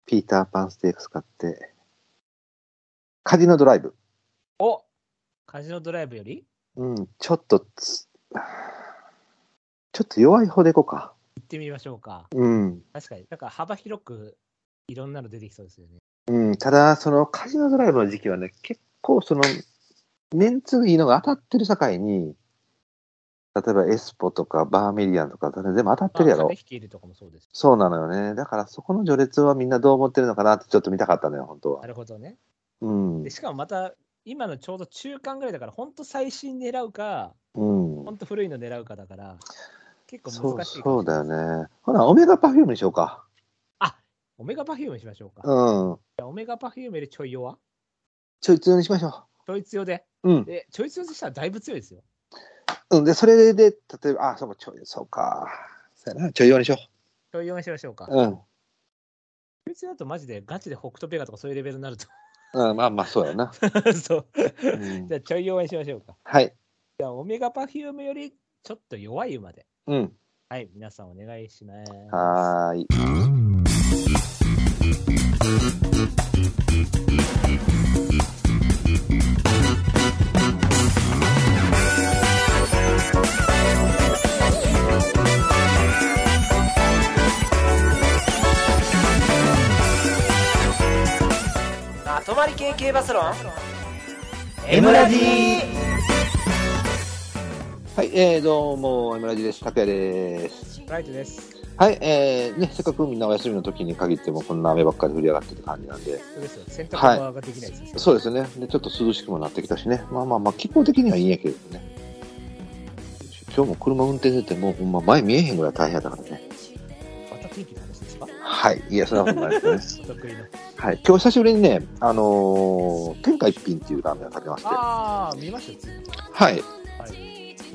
[SPEAKER 2] ピーターパンステークス買って、カジノドライブ。
[SPEAKER 1] おカジノドライブより
[SPEAKER 2] うん、ちょっとつ、ちょっと弱い方でいこうか。
[SPEAKER 1] 行ってみましょうか。
[SPEAKER 2] うん。
[SPEAKER 1] 確かに、なんか幅広くいろんなの出てきそうですよね。
[SPEAKER 2] うん、ただ、そのカジノドライブの時期はね、結構その、メンツいいのが当たってる境に、例えばエスポとかバーミリアンとか、全部当たってるやろ
[SPEAKER 1] まあ、。引き入れとかもそうですし。
[SPEAKER 2] そうなのよね。だからそこの序列はみんなどう思ってるのかなってちょっと見たかったのよ、本当は
[SPEAKER 1] な。るほどね。
[SPEAKER 2] うん
[SPEAKER 1] で。しかもまた、今のちょうど中間ぐらいだから、本当最新狙うか、
[SPEAKER 2] うん。
[SPEAKER 1] 本当古いの狙うかだから、結構
[SPEAKER 2] そう
[SPEAKER 1] 難しいか
[SPEAKER 2] そ
[SPEAKER 1] も
[SPEAKER 2] う
[SPEAKER 1] しれ
[SPEAKER 2] だ
[SPEAKER 1] ない
[SPEAKER 2] よ
[SPEAKER 1] です。
[SPEAKER 2] ね。ほら、オメガパフュームにしようか。
[SPEAKER 1] オメガパフュームにしましょうか。じ
[SPEAKER 2] うん。
[SPEAKER 1] ゃあオメガパフュームよりちょい弱
[SPEAKER 2] ちょい強にしましょ
[SPEAKER 1] ちょい強で。
[SPEAKER 2] う。うん。
[SPEAKER 1] で、ちょい強でしたらだいぶ強いですよ。
[SPEAKER 2] うん、で、それで、例えば、あ、そうか、ちょい、そうか。そうやな、ちょい用にしよ
[SPEAKER 1] ちょい弱にしましょうか。
[SPEAKER 2] う。うん。
[SPEAKER 1] ちょい強だとマジでガチで北斗ペガとかそういうレベルになると。 [laughs]
[SPEAKER 2] うん、まあまあ、そうやな。
[SPEAKER 1] そう。
[SPEAKER 2] うん
[SPEAKER 1] じゃあちょい弱にしましょうか。
[SPEAKER 2] はい。
[SPEAKER 1] じゃあオメガパフュームよりちょっと弱い馬で。
[SPEAKER 2] うん。
[SPEAKER 1] はい、皆さんお願いします。
[SPEAKER 2] はーい。
[SPEAKER 1] まとまり系系バスロン
[SPEAKER 2] M ラジはい、えー、どうも、エムラジです。拓也です。
[SPEAKER 1] ライトです。
[SPEAKER 2] はい、えー、ね、せっかくみんなお休みの時に限っても、こんな雨ばっかり降り上がってって感じなんで。
[SPEAKER 1] そうですよ。洗濯物ができないですよ。
[SPEAKER 2] そうですね。で、ちょっと涼しくもなってきたしね。まあまあまあ、気候的にはいいんやけどね。今日も車運転してて、もうほんま前見えへんぐらい大変だからね。
[SPEAKER 1] また天気の話ですか
[SPEAKER 2] はい。いや、そんなことないです
[SPEAKER 1] お
[SPEAKER 2] ね。
[SPEAKER 1] 得意の。
[SPEAKER 2] [laughs] はい。今日久しぶりにね、あのー天下一品っていうラーメンを食べまして。
[SPEAKER 1] ああ、見ましたよツイッタ
[SPEAKER 2] はい。
[SPEAKER 1] ーはい。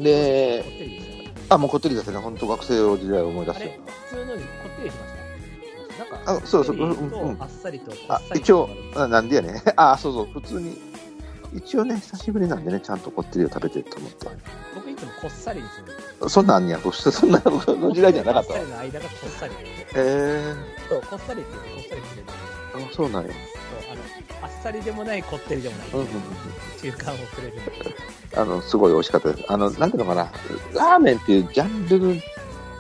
[SPEAKER 2] で
[SPEAKER 1] こ、ってりでした
[SPEAKER 2] あ、もうこってりですね。ほんと学生時代を思い出
[SPEAKER 1] あ
[SPEAKER 2] す
[SPEAKER 1] れ
[SPEAKER 2] よ。
[SPEAKER 1] 普通のにこってりしました。なんか
[SPEAKER 2] あそうそう
[SPEAKER 1] こってり
[SPEAKER 2] うんうん
[SPEAKER 1] とあっさりとこ
[SPEAKER 2] あ
[SPEAKER 1] っさ、り
[SPEAKER 2] 一応
[SPEAKER 1] と、
[SPEAKER 2] あなん [laughs] でやね。あ、そうそう、普通に。一応ね、久しぶりなんでね、ちゃんとこってりを食べてると思って。
[SPEAKER 1] 僕いつもこっさりにするんで
[SPEAKER 2] そんなんや、僕そんな僕
[SPEAKER 1] すよ。
[SPEAKER 2] の時代じゃなかった
[SPEAKER 1] こっ
[SPEAKER 2] わ
[SPEAKER 1] さ。りの間がこっさり。
[SPEAKER 2] えー、
[SPEAKER 1] そうこっさりって言うとこっさりくれる。
[SPEAKER 2] あそうなんや。
[SPEAKER 1] そうあのあっさりでもないこってりでもない。
[SPEAKER 2] うんうんうん。
[SPEAKER 1] 中間をくれるの
[SPEAKER 2] あの、すごい美味しかったです。あの、なんていうのかな、ラーメンっていうジャンル、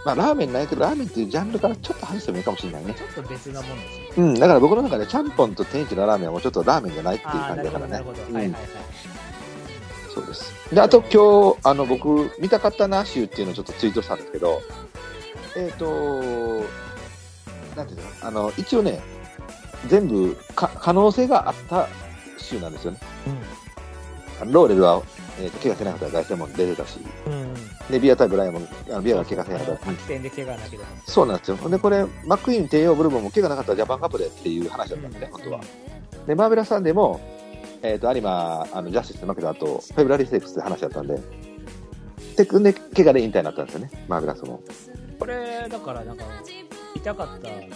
[SPEAKER 2] まあ、ラーメンないけど、ラーメンっていうジャンルからちょっと外してもいいかもしれないね。
[SPEAKER 1] ちょっと別なもんですよ。
[SPEAKER 2] うん、だから僕の中で、ちゃんぽんと天一のラーメンはもうちょっとラーメンじゃないっていう
[SPEAKER 1] ああ、
[SPEAKER 2] 感
[SPEAKER 1] な
[SPEAKER 2] じ
[SPEAKER 1] るほ
[SPEAKER 2] だ
[SPEAKER 1] ど、
[SPEAKER 2] から
[SPEAKER 1] な
[SPEAKER 2] ね
[SPEAKER 1] るほど。。
[SPEAKER 2] う
[SPEAKER 1] はい
[SPEAKER 2] ん
[SPEAKER 1] はいはい。
[SPEAKER 2] そうです。で、あと今日、あの、僕、見たかったな、集っていうのをちょっとツイートしたんですけど、えっ、と、なんていうの、あの、一応ね、全部か、可能性があった集なんですよね。あのローレルは、えー、と怪我せなかったら凱旋も出てたし、
[SPEAKER 1] うん。うん。
[SPEAKER 2] で、ビア対ブライアンも、あのビアが怪我せなかったら、うん
[SPEAKER 1] 空き店で怪我なければ。
[SPEAKER 2] そうなんですよ。で、これ、マックイーン、帝王、ブルボンも怪我なかったらジャパンカップでっていう話だったんですね、本当は。で、マーベラスサンデーも、えっ、と、有馬、あの、ジャスティスで負けた後、フェブラリーセックスで話だったんで、で、で、怪我で引退になったんですよね、マーベラスも。
[SPEAKER 1] これ、だから、なんか、痛かったやつで、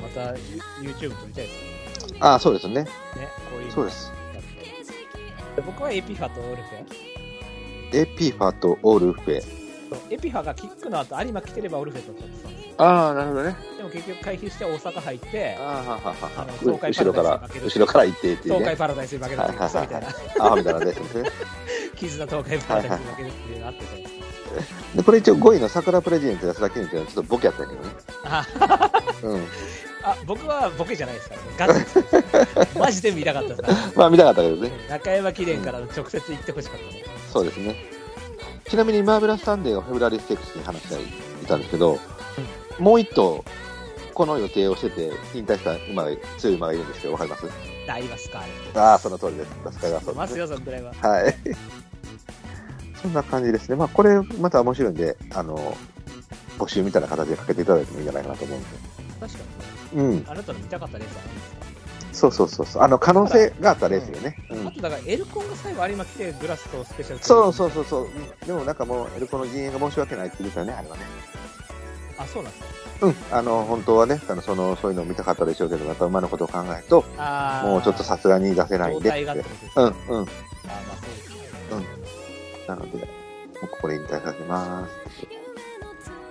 [SPEAKER 1] また YouTube 撮りたいですね。
[SPEAKER 2] ああ、そうですね。
[SPEAKER 1] ね、こういうの
[SPEAKER 2] そうです。
[SPEAKER 1] で僕はエピファとオルフェ。
[SPEAKER 2] エピファとオールフェ。
[SPEAKER 1] そうエピファがキックの後、有馬来てればオルフェと撮ってたんですよ。
[SPEAKER 2] ああ、なるほどね。
[SPEAKER 1] でも結局回避して大阪入って
[SPEAKER 2] あ、あ、ははは
[SPEAKER 1] あ
[SPEAKER 2] は
[SPEAKER 1] の東海
[SPEAKER 2] 後ろか
[SPEAKER 1] パラ
[SPEAKER 2] ら
[SPEAKER 1] ダイスに負け、る
[SPEAKER 2] 後ろから行ってっていう
[SPEAKER 1] 東海
[SPEAKER 2] ね。
[SPEAKER 1] パラダイスに負けるっていうクソみ
[SPEAKER 2] [laughs]
[SPEAKER 1] たいな、
[SPEAKER 2] ああ、みたいなね。
[SPEAKER 1] 絆東海パラダイスに負けるっていうのあったじゃないですか。
[SPEAKER 2] で、これ一応5位の桜プレジデントがだけにちょっとボケやったんだけどね。
[SPEAKER 1] あ
[SPEAKER 2] うん。
[SPEAKER 1] あ僕はボケじゃないですから
[SPEAKER 2] [laughs]
[SPEAKER 1] ね、ガチです。マジで見たかったです
[SPEAKER 2] まあ見たかったけどね。
[SPEAKER 1] 中山記念からの直接行ってほしかったね。
[SPEAKER 2] そうですね。ちなみにマーベラスサンデーをフェブラリーステークスに話していたんですけど、もう一頭、この予定をしてて、引退した馬が強い馬がいるんですけど、わかります
[SPEAKER 1] ダイバスカーレット。
[SPEAKER 2] ああ、その通りです。ラスカガーソ
[SPEAKER 1] 出ます
[SPEAKER 2] ン、
[SPEAKER 1] よ、そのくらいは。
[SPEAKER 2] はい。 [laughs] そんな感じですね。まあ、これ、また面白いんで、あの、募集みたいな形でかけていただいてもいいんじゃないかなと思うんで。
[SPEAKER 1] 確かにね、
[SPEAKER 2] うん。
[SPEAKER 1] あなたの見たかったレースはありますか
[SPEAKER 2] そうそうそうそう。あの、可能性があったレースよね。う
[SPEAKER 1] あ
[SPEAKER 2] ん。
[SPEAKER 1] とだから、エルコンが最後有馬来て、グラスとスペシャル。
[SPEAKER 2] そうそうそうそう。うんでもなんかもう、エルコの陣営が申し訳ないって言ってたよね、あれはね。
[SPEAKER 1] あ、そうなんですか。
[SPEAKER 2] うん、あの本当はねあのその、そういうのを見たかったでしょうけど、また馬のことを考えると、
[SPEAKER 1] あー
[SPEAKER 2] もうちょっとさすがに出せないんで
[SPEAKER 1] 状態が
[SPEAKER 2] っ
[SPEAKER 1] って
[SPEAKER 2] て
[SPEAKER 1] こ。とです
[SPEAKER 2] う
[SPEAKER 1] ね
[SPEAKER 2] んうん、
[SPEAKER 1] あーまあそうですね
[SPEAKER 2] なので、もうここで引退させます。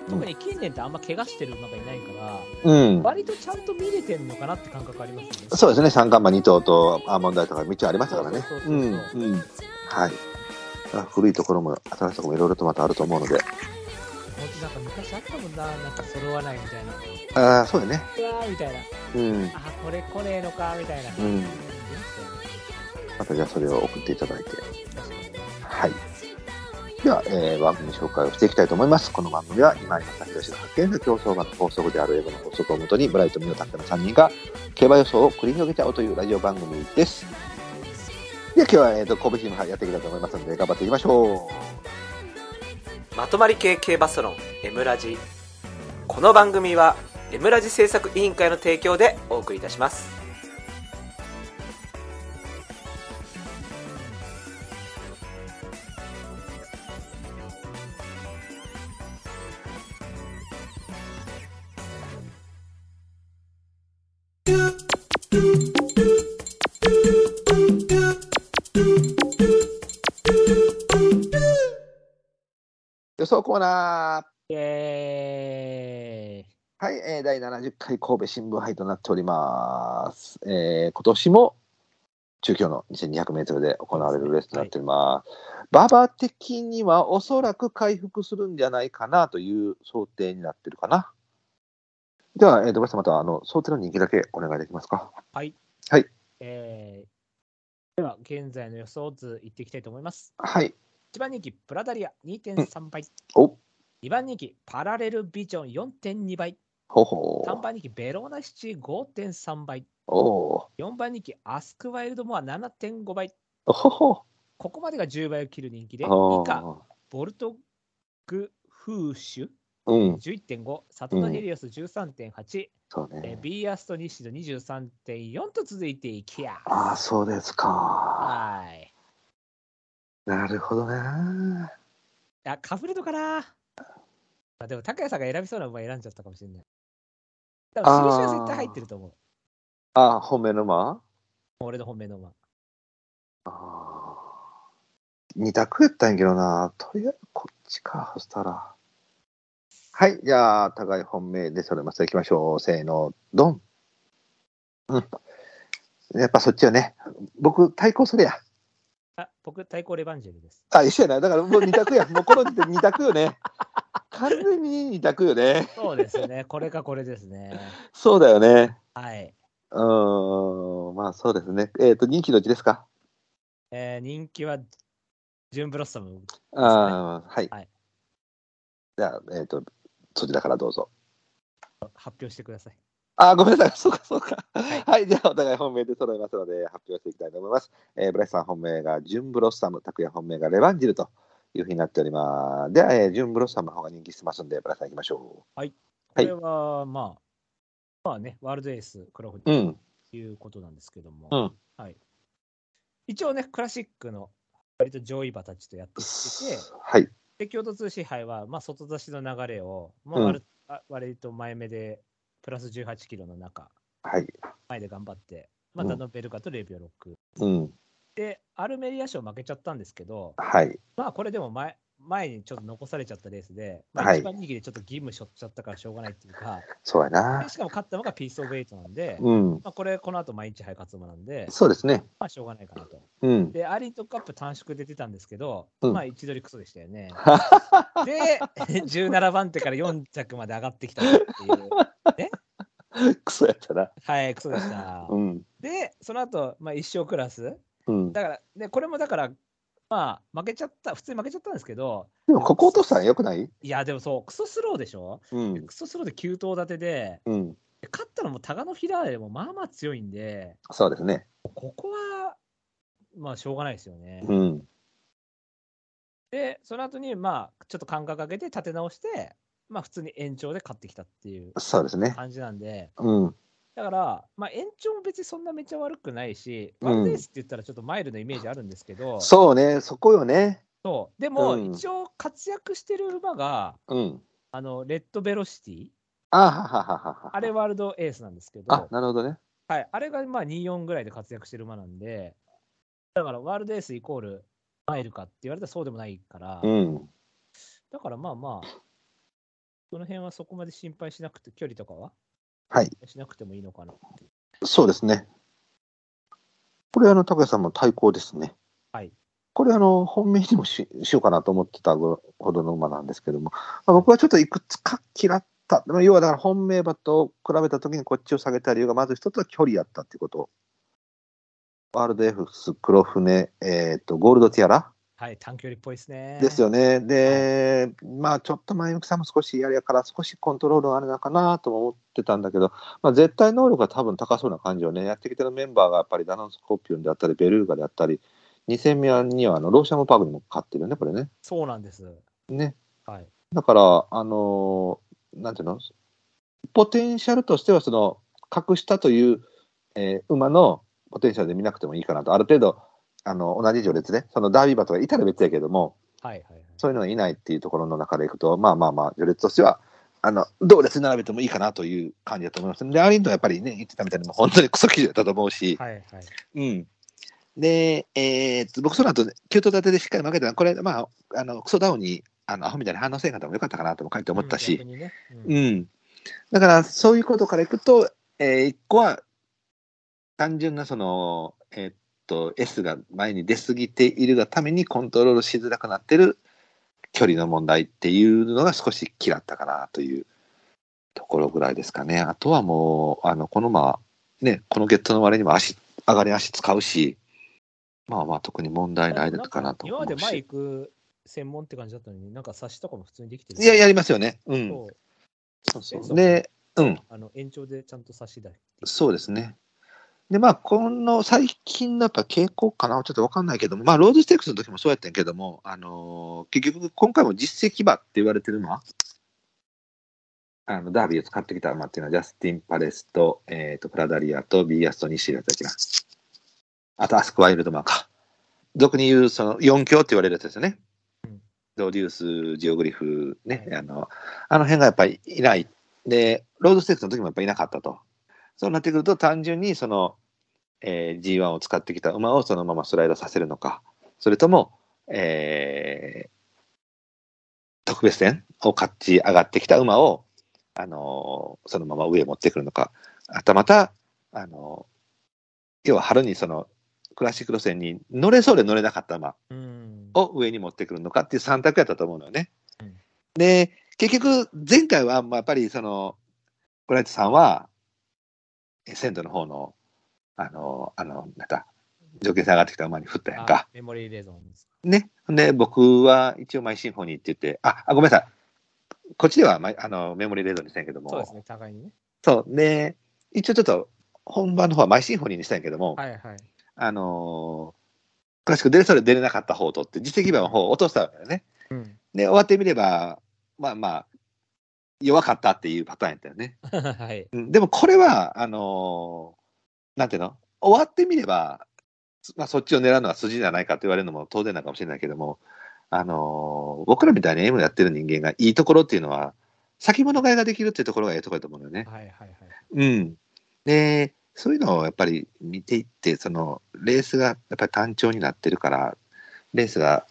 [SPEAKER 1] 特に近年ってあんま怪我してる馬がいないから、
[SPEAKER 2] うん、
[SPEAKER 1] 割とちゃんと見れてんのかなって感覚ありますね。
[SPEAKER 2] そうですね、三冠馬2頭とアーモンドアイとか、道ありましたからね
[SPEAKER 1] そうそう。
[SPEAKER 2] う
[SPEAKER 1] そうんそう、
[SPEAKER 2] うん、はい。あ古いところも新しいところもいろいろとまたあると思うので、
[SPEAKER 1] 本当なんか昔あったもんな、なんか揃わないみたいな。う
[SPEAKER 2] ああ、そうだね。
[SPEAKER 1] わーみたいな。
[SPEAKER 2] うん、
[SPEAKER 1] あ、これ来ねえのかみたいな。
[SPEAKER 2] うん、またじゃあそれを送っていただいて。
[SPEAKER 1] 確かに
[SPEAKER 2] はい。では、えー番組紹介をしていきたいと思います。この番組は、今井正弘氏の発見の競争馬の法則である英語の法則をもとに、ブライト・ミオタクの3人が競馬予想を繰り広げちゃおうというラジオ番組です。では、今日は、えー、と神戸チーム杯やっていきたいと思いますので、頑張っていきましょ
[SPEAKER 3] まとまり系系バスロンエムラジこの番組はエムラジ制作委員会の提供でお送りいたします
[SPEAKER 2] う。予想コーナ
[SPEAKER 1] イエーイ。
[SPEAKER 2] ー。はい、えー第70回神戸新聞杯となっております。えー今年も中京の2200メートルで行われるレースとなっております。馬場的にはおそらく回復するんじゃないかなという想定になってるかな。では、えー、と、また、あの、想定の人気だけお願いできますか。
[SPEAKER 1] えー、では、現在の予想図いっていきたいと思います。
[SPEAKER 2] はい。
[SPEAKER 1] 1番人気、プラダリア2.3倍。
[SPEAKER 2] お、
[SPEAKER 1] 2番人気、パラレルビジョン4.2倍。
[SPEAKER 2] ほほ
[SPEAKER 1] 3番人気、ベローナシチー5.3倍。
[SPEAKER 2] お
[SPEAKER 1] 4番人気、アスクワイルドモア7.5倍。
[SPEAKER 2] おほほ
[SPEAKER 1] ここまでが10倍を切る人気で、以
[SPEAKER 2] お
[SPEAKER 1] 下、
[SPEAKER 2] ー
[SPEAKER 1] ボルトグフーシュ
[SPEAKER 2] うん、
[SPEAKER 1] 11.5、サトノヘリオス13.8、
[SPEAKER 2] そう
[SPEAKER 1] えー
[SPEAKER 2] ね。
[SPEAKER 1] ビーアストニッシド23.4と続いていきや。
[SPEAKER 2] ああ、そうですか。
[SPEAKER 1] はい。
[SPEAKER 2] なるほどね。
[SPEAKER 1] あ、かぶるのかなあでも、高谷さんが選びそうな馬選んじゃったかもしれない。でも、
[SPEAKER 2] あー
[SPEAKER 1] 印は絶対入ってると思う。
[SPEAKER 2] ああ、本命の馬
[SPEAKER 1] 俺の本命の馬。
[SPEAKER 2] あー二択やったんやけどな。とりあえずこっちか、そしたら。はい、じゃあ、互い本命でそれまた行きましょう。せーの、ドン。うん。やっぱそっちよね。僕、対抗するや。
[SPEAKER 1] あ、僕、太鼓レバンジェルです。
[SPEAKER 2] あ、一緒やな。だからもう二択や。も [laughs] うこの時点で二択よね。完全に二択よね。
[SPEAKER 1] そうです
[SPEAKER 2] [laughs]
[SPEAKER 1] ね。これかこれですね。
[SPEAKER 2] そうだよね。
[SPEAKER 1] はい。
[SPEAKER 2] うーん。まあそうですね。えっ、と、人気のうちですか
[SPEAKER 1] えー人気は、ジューンブロッサム。
[SPEAKER 2] ああ、はい。
[SPEAKER 1] はい
[SPEAKER 2] じゃあ、えっ、と、そちらからどうぞ。
[SPEAKER 1] 発表してください。
[SPEAKER 2] あー、ごめんなさい。 [laughs] そうか、そうか。はい。じゃあ、お互い本命で揃えますので、発表していきたいと思います。えーブラシさん本命がジュンブロッサム、拓也本命がレバンジルというふうになっております。では、えー、ジュンブロッサムの方が人気してますんで、ブラシさん行きましょ
[SPEAKER 1] こ
[SPEAKER 2] はい
[SPEAKER 1] れは、まあ、まあね、ワールドエース、クロフォ
[SPEAKER 2] う。う
[SPEAKER 1] ー
[SPEAKER 2] ん。
[SPEAKER 1] ということなんですけども、
[SPEAKER 2] うん
[SPEAKER 1] はい。一応ね、クラシックの、割と上位馬たちとやってきてて、
[SPEAKER 2] はい。
[SPEAKER 1] で、京都通信杯は、まあ、外出しの流れを、まあ
[SPEAKER 2] うん
[SPEAKER 1] 割と、あ割と前目で、プラス18キロの中、
[SPEAKER 2] はい。
[SPEAKER 1] 前で頑張って、またノベルカと0秒6。
[SPEAKER 2] うん。
[SPEAKER 1] で、アルメリア賞負けちゃったんですけど、
[SPEAKER 2] はい。
[SPEAKER 1] まあ、これでも前、前にちょっと残されちゃったレースで、ま
[SPEAKER 2] は
[SPEAKER 1] あ、
[SPEAKER 2] い
[SPEAKER 1] 一番人気でちょっと義務しょっちゃったからしょうがないっていうか、
[SPEAKER 2] そうや
[SPEAKER 1] で
[SPEAKER 2] な。
[SPEAKER 1] しかも勝ったのがピースオブエイトなんで、
[SPEAKER 2] うん。
[SPEAKER 1] まあ、これ、この後毎日杯勝つ馬なんで、
[SPEAKER 2] そうですね。
[SPEAKER 1] まあ、しょうがないかなと。
[SPEAKER 2] うん。
[SPEAKER 1] で、アーリントンカップ短縮で出たんですけど、
[SPEAKER 2] うん
[SPEAKER 1] まあ、位置取りクソでしたよ
[SPEAKER 2] [laughs]
[SPEAKER 1] ね。で、17番 [laughs] 手から4着まで上がってきたっていう、
[SPEAKER 2] クソやったな。
[SPEAKER 1] はい、クソでした
[SPEAKER 2] う。ん。
[SPEAKER 1] で、その後、まあ、一勝クラス。
[SPEAKER 2] うん。で
[SPEAKER 1] だから、で、これもだから、まあ、負けちゃった、普通に負けちゃったんですけど、
[SPEAKER 2] も、ここ落としたらよくない
[SPEAKER 1] いや、でもそう、クソスローでしょ
[SPEAKER 2] うん。
[SPEAKER 1] クソスローで9頭立てで、
[SPEAKER 2] うん。
[SPEAKER 1] で勝ったのもタガノフィラーレもまあまあ強いんで、
[SPEAKER 2] そうですね。
[SPEAKER 1] ここは、まあ、しょうがないですよね。
[SPEAKER 2] うん。
[SPEAKER 1] で、その後に、まあ、ちょっと間隔空けて立て直して、まあ、普通に延長で勝ってきたっていう
[SPEAKER 2] そうですね。
[SPEAKER 1] 感じなんで、
[SPEAKER 2] うん。
[SPEAKER 1] だから、まあ、延長も別にそんなめちゃ悪くないし、
[SPEAKER 2] うん
[SPEAKER 1] ワールドエースって言ったらちょっとマイルのイメージあるんですけど、
[SPEAKER 2] そうね。そこよね。
[SPEAKER 1] そうでも、
[SPEAKER 2] うん
[SPEAKER 1] 一応活躍してる馬が、
[SPEAKER 2] うん。
[SPEAKER 1] あの、レッドベロシティ、
[SPEAKER 2] あははははは。
[SPEAKER 1] あれワールドエースなんですけど、
[SPEAKER 2] あ、なるほどね。
[SPEAKER 1] はい、あれがまあ24ぐらいで活躍してる馬なんで、だからワールドエースイコールマイルかって言われたらそうでもないから、
[SPEAKER 2] うん。
[SPEAKER 1] だからまあまあ、その辺はそこまで心配しなくて、距離とかは
[SPEAKER 2] はい。
[SPEAKER 1] しなくてもいいのかなっていう。
[SPEAKER 2] そうですね。これ、あの、高橋さんも対抗ですね。
[SPEAKER 1] はい。
[SPEAKER 2] これ、あの、本命にもししようかなと思ってたほどの馬なんですけども、まあ、僕はちょっといくつか嫌った。まあ要は、だから本命馬と比べたときにこっちを下げた理由が、まず一つは距離やったっていうこと。ワールドエフス、黒船、えっ、と、ゴールドティアラ
[SPEAKER 1] はい、短距離っぽいですね。
[SPEAKER 2] ですよね。で、まあちょっと前向きさも少しやりやから少しコントロールがあるのかなとも思ってたんだけど、まあ、絶対能力が多分高そうな感じをね、やってきてるメンバーがやっぱりダノンスコーピオンであったり、ベルーガであったり、2戦目にはあのローシャムパークにも勝ってるよね、これね。
[SPEAKER 1] そうなんです。
[SPEAKER 2] ね。
[SPEAKER 1] はい。
[SPEAKER 2] だから、あのーなんていうのポテンシャルとしては、その、格下という、えー馬のポテンシャルで見なくてもいいかなと。ある程度、あの、同じ序列ね。そのダービー馬とかいたら別やけども、
[SPEAKER 1] はいはいはい。
[SPEAKER 2] そういうのがいないっていうところの中でいくと、まあまあまあ、序列としては、あの、同列に並べてもいいかなという感じだと思います。で、アーリントンはやっぱりね、言ってたみたいに、もう本当にクソ記事だったと思うし、
[SPEAKER 1] はいはい。
[SPEAKER 2] うん。で、えーっと、僕その後、9頭立てでしっかり負けたのは、これ、まあ、あの、クソダウンに、あの、アホみたいな反応せんかったのもよかったかなとも書いて思ったし、
[SPEAKER 1] うん逆にねうん
[SPEAKER 2] うん。だから、そういうことからいくと、えー一個は、単純なその、えーっと、S が前に出過ぎているがためにコントロールしづらくなってる距離の問題っていうのが少し嫌ったかなというところぐらいですかね。あとはもう、あの、このまあ、ね、このゲットの割にも足、上がり足使うし、まあまあ特に問題ないかなと
[SPEAKER 1] 今ま
[SPEAKER 2] 思
[SPEAKER 1] で
[SPEAKER 2] う
[SPEAKER 1] 前
[SPEAKER 2] し。
[SPEAKER 1] 行く専門って感じだったのに、なんか差しとかも普通にできてる。
[SPEAKER 2] いや、やりますよね。うん。
[SPEAKER 1] そう
[SPEAKER 2] そうそうで、うん。
[SPEAKER 1] あの延長でちゃんと差しだ。
[SPEAKER 2] そうですね。で、まあ、この最近のやっぱ傾向かな、ちょっとわかんないけども、まあ、ロードステークスの時もそうやったんやけども、あのー結局、今回も実績馬って言われてるのは、あのダービーを使ってきた馬っていうのは、ジャスティン・パレスと、えー、とプラダリアとビーアスとニシリアだっけな。あと、アスクワイルドマンか。俗に言う、その、4強って言われるやつですよね
[SPEAKER 1] うん。
[SPEAKER 2] ドデュース、ジオグリフ、ね、あの、あの辺がやっぱりいない。で、ロードステークスの時もやっぱりいなかったと。そうなってくると単純にその、えー G1 を使ってきた馬をそのままスライドさせるのかそれとも、えー特別戦を勝ち上がってきた馬を、あのーそのまま上へ持ってくるのかはたまた、あのー要は春にそのクラシック路線に乗れそうで乗れなかった馬
[SPEAKER 1] うん。
[SPEAKER 2] を上に持ってくるのかっていう3択やったと思うのよね。
[SPEAKER 1] うん
[SPEAKER 2] で、結局、前回は、まあ、やっぱりその、コライトさんは、え鮮度の方の、あの、あの、なんだ、条件下がってきた馬に振ったやん
[SPEAKER 1] あ
[SPEAKER 2] か。
[SPEAKER 1] メモリーレゾンです。
[SPEAKER 2] ね。で、僕は一応マイシンフォニーって言って、あ、あごめんなさい。こっちではマイあのメモリーレードにしたんやけども、
[SPEAKER 1] そうですね、互いにね。
[SPEAKER 2] そうね。一応ちょっと、本番の方はマイシンフォニーにしたんやけども、
[SPEAKER 1] はいはい。
[SPEAKER 2] あのークラシック出れそうで出れなかった方を取って、実績馬の方を落としたわけだよね。
[SPEAKER 1] うん。
[SPEAKER 2] で、終わってみれば、まあまあ、弱かったっていうパターンやったよね。
[SPEAKER 1] はい。
[SPEAKER 2] うん、でもこれは、あのーなんていうの終わってみれば、まあ、そっちを狙うのは筋じゃないかと言われるのも当然なのかもしれないけども、あのー僕らみたいに M やってる人間がいいところっていうのは、先物買いができるっていうところがいいところだと思うんだよね。
[SPEAKER 1] はいはいはい。
[SPEAKER 2] うん。で、そういうのをやっぱり見ていって、そのレースがやっぱり単調になってるから、レースが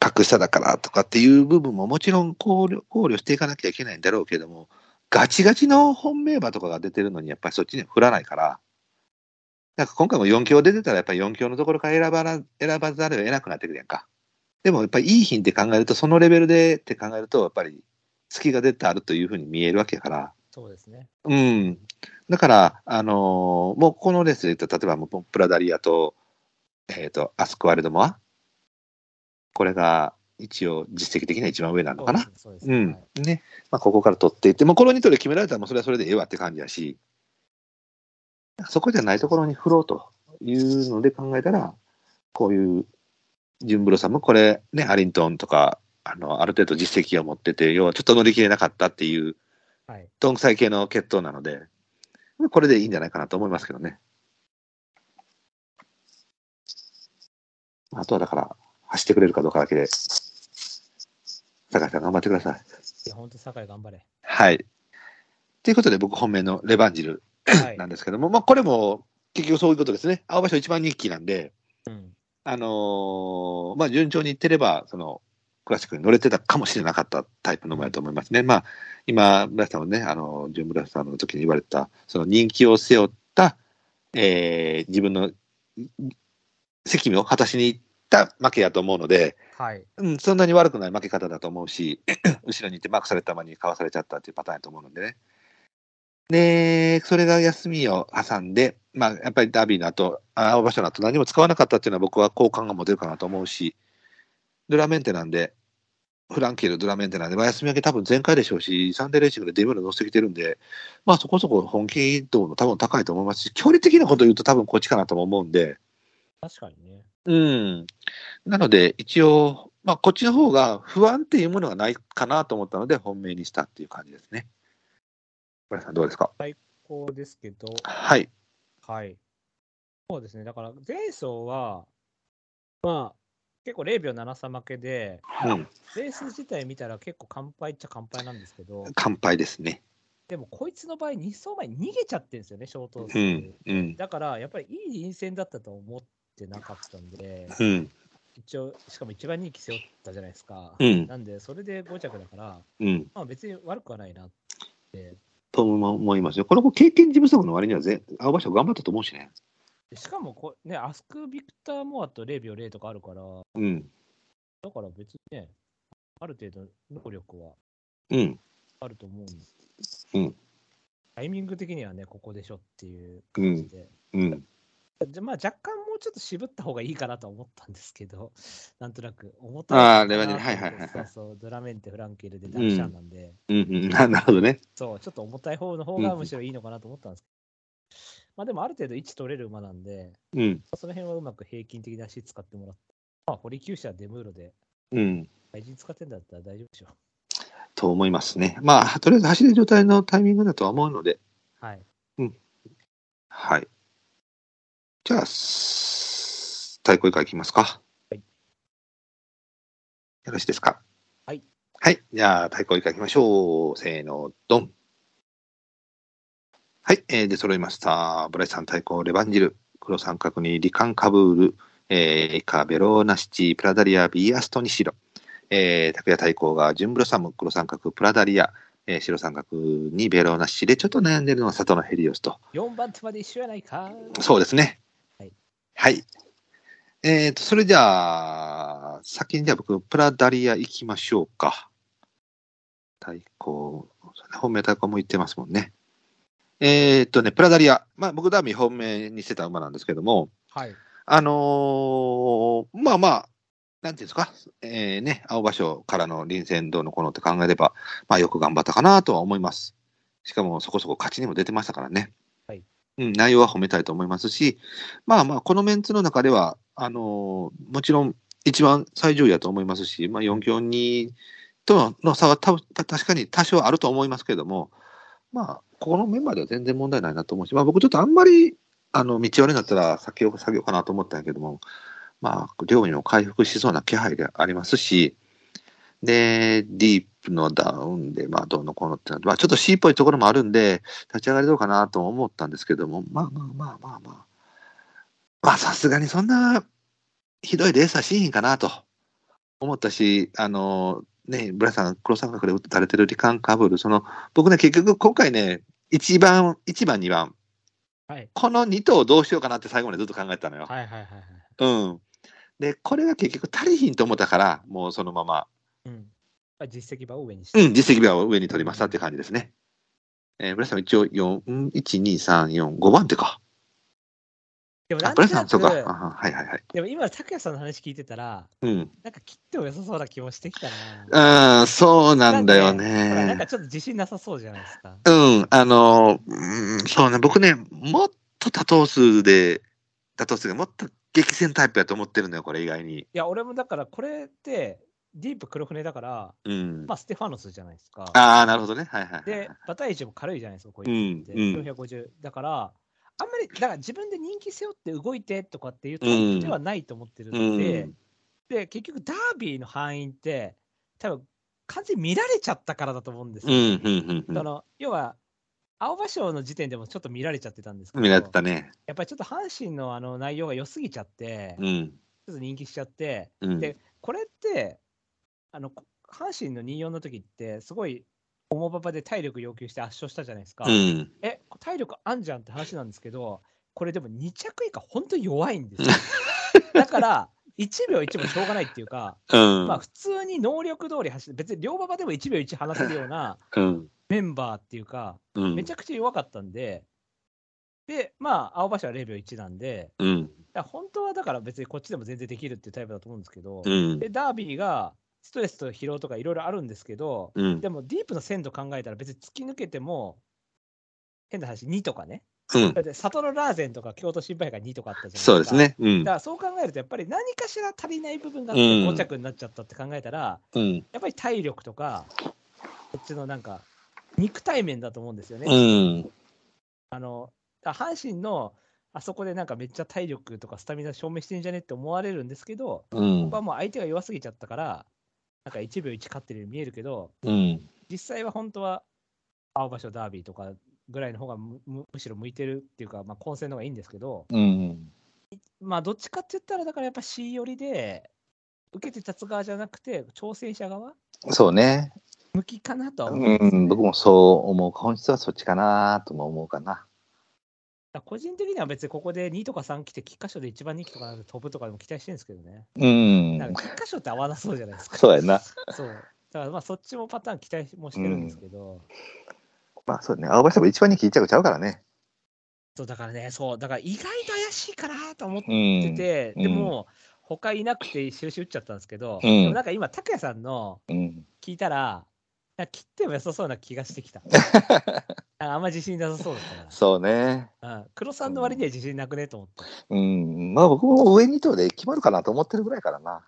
[SPEAKER 2] 格下だからとかっていう部分ももちろん考慮考慮していかなきゃいけないんだろうけども、ガチガチの本命馬とかが出てるのに、やっぱりそっちには振らないから、なんか今回も4強出てたら、やっぱり4強のところから選ばな選ばざるを得なくなってくるやんか。でもやっぱりいい品って考えると、そのレベルでって考えると、やっぱり隙が出てあるというふうに見えるわけやから、
[SPEAKER 1] そうですね。
[SPEAKER 2] うん。だから、あのーもうこのレースで言ったら、例えばもうプラダリアと、えっ、と、アスクワルドモア。これが一応実績的には一番上なのかな。
[SPEAKER 1] そうです
[SPEAKER 2] う
[SPEAKER 1] ね。
[SPEAKER 2] ん。ね。まあ、ここから取っていって、もうこの2頭で決められたらもうそれはそれでええわって感じやし、そこじゃないところに振ろうというので考えたら、こういう、純ブロさんもこれ、ね、アリントンとか、あの、ある程度実績を持ってて、要はちょっと乗り切れなかったっていう
[SPEAKER 1] はい。はい、
[SPEAKER 2] どんくさい系の血統なので、これでいいんじゃないかなと思いますけどね。あとはだから、走ってくれるかどうかだけで、高橋さん頑張ってください。
[SPEAKER 1] いや、本当酒井頑張れ。
[SPEAKER 2] はい。ということで、僕本命のレバンジル
[SPEAKER 1] はい
[SPEAKER 2] な。んですけども、まあこれも結局そういうことですね。青葉賞一番人気なんで、
[SPEAKER 1] うん。
[SPEAKER 2] あのーまあ、順調にいってれば、その、クラシックに乗れてたかもしれなかったタイプの馬やと思いますね。まあ、今、村瀬さんもね、あの、純村瀬さんの時に言われた、その人気を背負った、えー自分の責務を果たしに行った負けやと思うので、
[SPEAKER 1] はい。
[SPEAKER 2] うん、そんなに悪くない負け方だと思うし、 [clears throat] 後ろにいてマークされたまにかわされちゃったっていうパターンやと思うのでね。で、それが休みを挟んで、まあ、やっぱりダービーの後、あ青場所の後何も使わなかったっていうのは僕は好感が持てるかなと思うし、ドゥラメンテなんで、フランケルドゥラメンテなんで、まあ、休み明け多分全開でしょうし、サンデーレーシングでデビューの乗せてきてるんで、まあそこそこ本気度も多分高いと思いますし、距離的なこと言うと多分こっちかなとも思うんで、
[SPEAKER 1] 確かにね。
[SPEAKER 2] うん。なので、一応、まあ、こっちの方が不安っていうものがないかなと思ったので、本命にしたっていう感じですね。村井さん、どうですか
[SPEAKER 1] こうですけど、
[SPEAKER 2] はい。
[SPEAKER 1] はい。そうですね。だから、前走は、まあ、結構0秒73負けで、
[SPEAKER 2] うん。
[SPEAKER 1] レース自体見たら結構完敗っちゃ完敗なんですけど、
[SPEAKER 2] 乾杯ですね。
[SPEAKER 1] でもこいつの場合、2走前に逃げちゃってるんですよね、ショート
[SPEAKER 2] う
[SPEAKER 1] 走
[SPEAKER 2] ん。うん。
[SPEAKER 1] だから、やっぱりいい臨戦だったと思ってなかったんで、
[SPEAKER 2] うん。
[SPEAKER 1] 一応、しかも一番人気背負ったじゃないですか。
[SPEAKER 2] うん。
[SPEAKER 1] なんで、それで5着だから、
[SPEAKER 2] うん。
[SPEAKER 1] まあ別に悪くはないなって。
[SPEAKER 2] と思いますよ。これも経験事務所の割には全、青葉賞頑張ったと思うしね。
[SPEAKER 1] でしかもこ、ね、アスク・ビクター・モアと0秒0とかあるから、
[SPEAKER 2] うん。
[SPEAKER 1] だから別にね、ある程度能力は
[SPEAKER 2] うん。
[SPEAKER 1] あると思うんです。
[SPEAKER 2] うん
[SPEAKER 1] タイミング的にはね、ここでしょっていう
[SPEAKER 2] う
[SPEAKER 1] 感じ
[SPEAKER 2] ん。
[SPEAKER 1] で。
[SPEAKER 2] うん。
[SPEAKER 1] じゃまあ、若干もうちょっと渋った方がいいかなとは思ったんですけど、なんとなく思った
[SPEAKER 2] あーレバニラはいはいはいはい
[SPEAKER 1] そうそう、ドラメンテ、フランケルでダンシャンなんで、
[SPEAKER 2] うん。うん。 [laughs] なるほどね。
[SPEAKER 1] そう、ちょっと重たい方の方がむしろいいのかなと思ったんですけど、まあでもある程度位置取れる馬なんで、
[SPEAKER 2] うん。
[SPEAKER 1] その辺はうまく平均的な足使ってもらって、まあ、堀九社はデムーロで
[SPEAKER 2] うん。
[SPEAKER 1] 大事に使ってんだったら大丈夫でしょ
[SPEAKER 2] と思いますね。まあ、とりあえず走る状態のタイミングだとは思うので、
[SPEAKER 1] う。はい。
[SPEAKER 2] はい。じゃあ、す対抗以下いきます
[SPEAKER 1] は
[SPEAKER 2] か。
[SPEAKER 1] い。
[SPEAKER 2] よろしいですか。
[SPEAKER 1] はい。
[SPEAKER 2] はい。じゃあ、対抗以下いきましょう。せーの、ドン。はい。えー、で、揃いました。ブライさん対抗、レバンジル。黒三角にリカンカブール。えー、以下、ベローナシチ、プラダリア、ビーアストニシロ。えー、拓也対抗が、ジュンブロサム、黒三角、プラダリア。えー、白三角にベローナシチで、ちょっと悩んでるのは佐藤のヘリオスと。
[SPEAKER 1] 4番手まで一緒やないか。
[SPEAKER 2] そうですね。
[SPEAKER 1] はい。
[SPEAKER 2] はい。えっ、と、それじゃあ、先にじゃあ僕、プラダリア行きましょうか。太鼓、本命太鼓も行ってますもんね。えっ、とね、プラダリア。まあ、僕、ダーミー本命にしてた馬なんですけども、
[SPEAKER 1] はい。
[SPEAKER 2] あのーまあまあ、なんていうんですか、えーね、青葉賞からの臨戦どうのこうのって考えれば、まあよく頑張ったかなとは思います。しかもそこそこ勝ちにも出てましたからね。
[SPEAKER 1] はい
[SPEAKER 2] うん、内容は褒めたいと思いますし、まあまあ、このメンツの中では、あのーもちろん一番最上位だと思いますし、まあ4強にとの差はたた確かに多少あると思いますけれども、まあ、ここのメンバーでは全然問題ないなと思うし、まあ僕ちょっとあんまりあの道悪になったら先を下げようかなと思ったんやけども、まあ、料理の回復しそうな気配がありますし、で、ディープのダウンで、まあ、どうのこうのってのは、まあ、ちょっと C っぽいところもあるんで、立ち上がりどうかなとも思ったんですけども、まあまあまあまあまあ、まあ、さすがにそんなひどいレースはしひんかなと思ったし、あの、ね、ブラさん、黒三角で打たれてるリカンカブル、その、僕ね、結局今回ね、1番、1番、2番、
[SPEAKER 1] はい。
[SPEAKER 2] この2頭どうしようかなって最後までずっと考えてたのよ。
[SPEAKER 1] はいはいはいはい。
[SPEAKER 2] うん。で、これが結局足りひんと思ったから、もうそのまま、
[SPEAKER 1] うん。まあ実績場を上にして。
[SPEAKER 2] うん、実績部は上に取りましたっていう感じですね。えー、村井さんは一応4、うん1、2、3、4、5番手か。
[SPEAKER 1] でもな
[SPEAKER 2] あ、
[SPEAKER 1] んと
[SPEAKER 2] 村井さ、
[SPEAKER 1] なん
[SPEAKER 2] そうか。あ
[SPEAKER 1] く、
[SPEAKER 2] ははいはいはい。
[SPEAKER 1] でも今、拓也さんの話聞いてたら、
[SPEAKER 2] うん。
[SPEAKER 1] なんか切っても良さそうな気もしてきたな。
[SPEAKER 2] あーそうなんだよ
[SPEAKER 1] ほらなんか
[SPEAKER 2] ね。
[SPEAKER 1] ちょっと自信なさそうじゃないですか。
[SPEAKER 2] うん、あのー、うん、そうね、僕ね、もっと多頭数で、多頭数がもっと激戦タイプやと思ってるのよ、これ意外に。
[SPEAKER 1] いや、俺もだから、これって、ディープ黒船だから、
[SPEAKER 2] うん。
[SPEAKER 1] まあ、ステファノスじゃないですか。
[SPEAKER 2] ああ、なるほどね。はいはいはい。
[SPEAKER 1] で、バタイジも軽いじゃないですか、こういうのって。
[SPEAKER 2] うんうん
[SPEAKER 1] 450。だから、あんまり、だから自分で人気背負って動いてとかっていうタ
[SPEAKER 2] う
[SPEAKER 1] イ
[SPEAKER 2] ん
[SPEAKER 1] プではないと思ってる
[SPEAKER 2] う
[SPEAKER 1] ので、
[SPEAKER 2] ん。
[SPEAKER 1] で、結局、ダービーの範囲って、多分完全に見られちゃったからだと思うんです
[SPEAKER 2] う
[SPEAKER 1] よ。
[SPEAKER 2] ん、うん、うん
[SPEAKER 1] その要は、青葉賞の時点でもちょっと見られちゃってたんですけ
[SPEAKER 2] うん。
[SPEAKER 1] ど、
[SPEAKER 2] 見られてたね。
[SPEAKER 1] やっぱりちょっと阪神のあの内容が良すぎちゃって、ちょ
[SPEAKER 2] うん。
[SPEAKER 1] っと人気しちゃって、
[SPEAKER 2] うん。
[SPEAKER 1] でこれって、あのこ阪神の24の時って、すごい重馬場で体力要求して圧勝したじゃないですか。
[SPEAKER 2] うん。
[SPEAKER 1] え、体力あんじゃんって話なんですけど、これでも2着以下、本当に弱いんですよ。 [laughs] だから、1秒1もしょうがないっていうか、
[SPEAKER 2] うん。
[SPEAKER 1] まあ、普通に能力通り走って、別に両馬場でも1秒1放せるような
[SPEAKER 2] うん。
[SPEAKER 1] メンバーっていうか、
[SPEAKER 2] うん。
[SPEAKER 1] めちゃくちゃ弱かったんで、で、まあ、青葉社は0秒1なんで、
[SPEAKER 2] うん。
[SPEAKER 1] だから本当はだから別にこっちでも全然できるっていうタイプだと思うんですけど、
[SPEAKER 2] うん。
[SPEAKER 1] で、ダービーがストレスと疲労とかいろいろあるんですけど、
[SPEAKER 2] うん。
[SPEAKER 1] でもディープの鮮度考えたら別に突き抜けても、変な話、2とかね。
[SPEAKER 2] うん
[SPEAKER 1] だ。って、サトロラーゼンとか京都新聞が2とかあったじゃないですか。
[SPEAKER 2] そうです。ね。うん
[SPEAKER 1] だか。らそう考えると、やっぱり何かしら足りない部分があっ
[SPEAKER 2] う
[SPEAKER 1] て
[SPEAKER 2] ん
[SPEAKER 1] 5着になっちゃったって考えたら、
[SPEAKER 2] うん。
[SPEAKER 1] やっぱり体力とか、こっちのなんか、肉体面だと思うんですよね。
[SPEAKER 2] うん。
[SPEAKER 1] あの、だから阪神のあそこでなんかめっちゃ体力とかスタミナ証明してんじゃねって思われるんですけど、
[SPEAKER 2] うん
[SPEAKER 1] 僕。はもう相手が弱すぎちゃったから、なんか1秒1勝ってるように見えるけど、
[SPEAKER 2] うん。
[SPEAKER 1] 実際は本当は青葉賞ダービーとかぐらいの方がむむむしろ向いてるっていうか、まあ、混戦の方がいいんですけど、
[SPEAKER 2] うん。
[SPEAKER 1] まあ、どっちかって言ったら、だからやっぱ C 寄りで、受けて立つ側じゃなくて、挑戦者側
[SPEAKER 2] そうね。
[SPEAKER 1] 向きかなとは思うんですよね
[SPEAKER 2] うん。僕もそう思う。本質はそっちかなとも思うかな。
[SPEAKER 1] だから個人的には別にここで2とか3来て、菊花賞で1番人気とかなんで飛ぶとかでも期待してるんですけどね。
[SPEAKER 2] うん
[SPEAKER 1] なん。か菊花賞って合わなそうじゃないですか。
[SPEAKER 2] そうやな。
[SPEAKER 1] そう。だからまあそっちもパターン期待もしてるんですけど、
[SPEAKER 2] まあそうね。青葉さんも一番に聞いちゃうちゃうからね。
[SPEAKER 1] そうだからね、そう、だから意外と怪しいかなと思っ
[SPEAKER 2] う
[SPEAKER 1] て
[SPEAKER 2] ん。
[SPEAKER 1] て、
[SPEAKER 2] うん
[SPEAKER 1] でも、他いなくて印打っちゃったんですけど、
[SPEAKER 2] うん
[SPEAKER 1] でもなんか今、拓也さんの
[SPEAKER 2] うん。
[SPEAKER 1] 聞いたら、なんか切っても良さそうな気がして
[SPEAKER 2] [laughs]
[SPEAKER 1] きた。なんかあんま自信なさそうだっ
[SPEAKER 2] そうね。
[SPEAKER 1] たから、うん、黒さんの割には自信なくねと思った。
[SPEAKER 2] うん。まあ僕も上2頭で決まるかなと思ってるぐらいからな。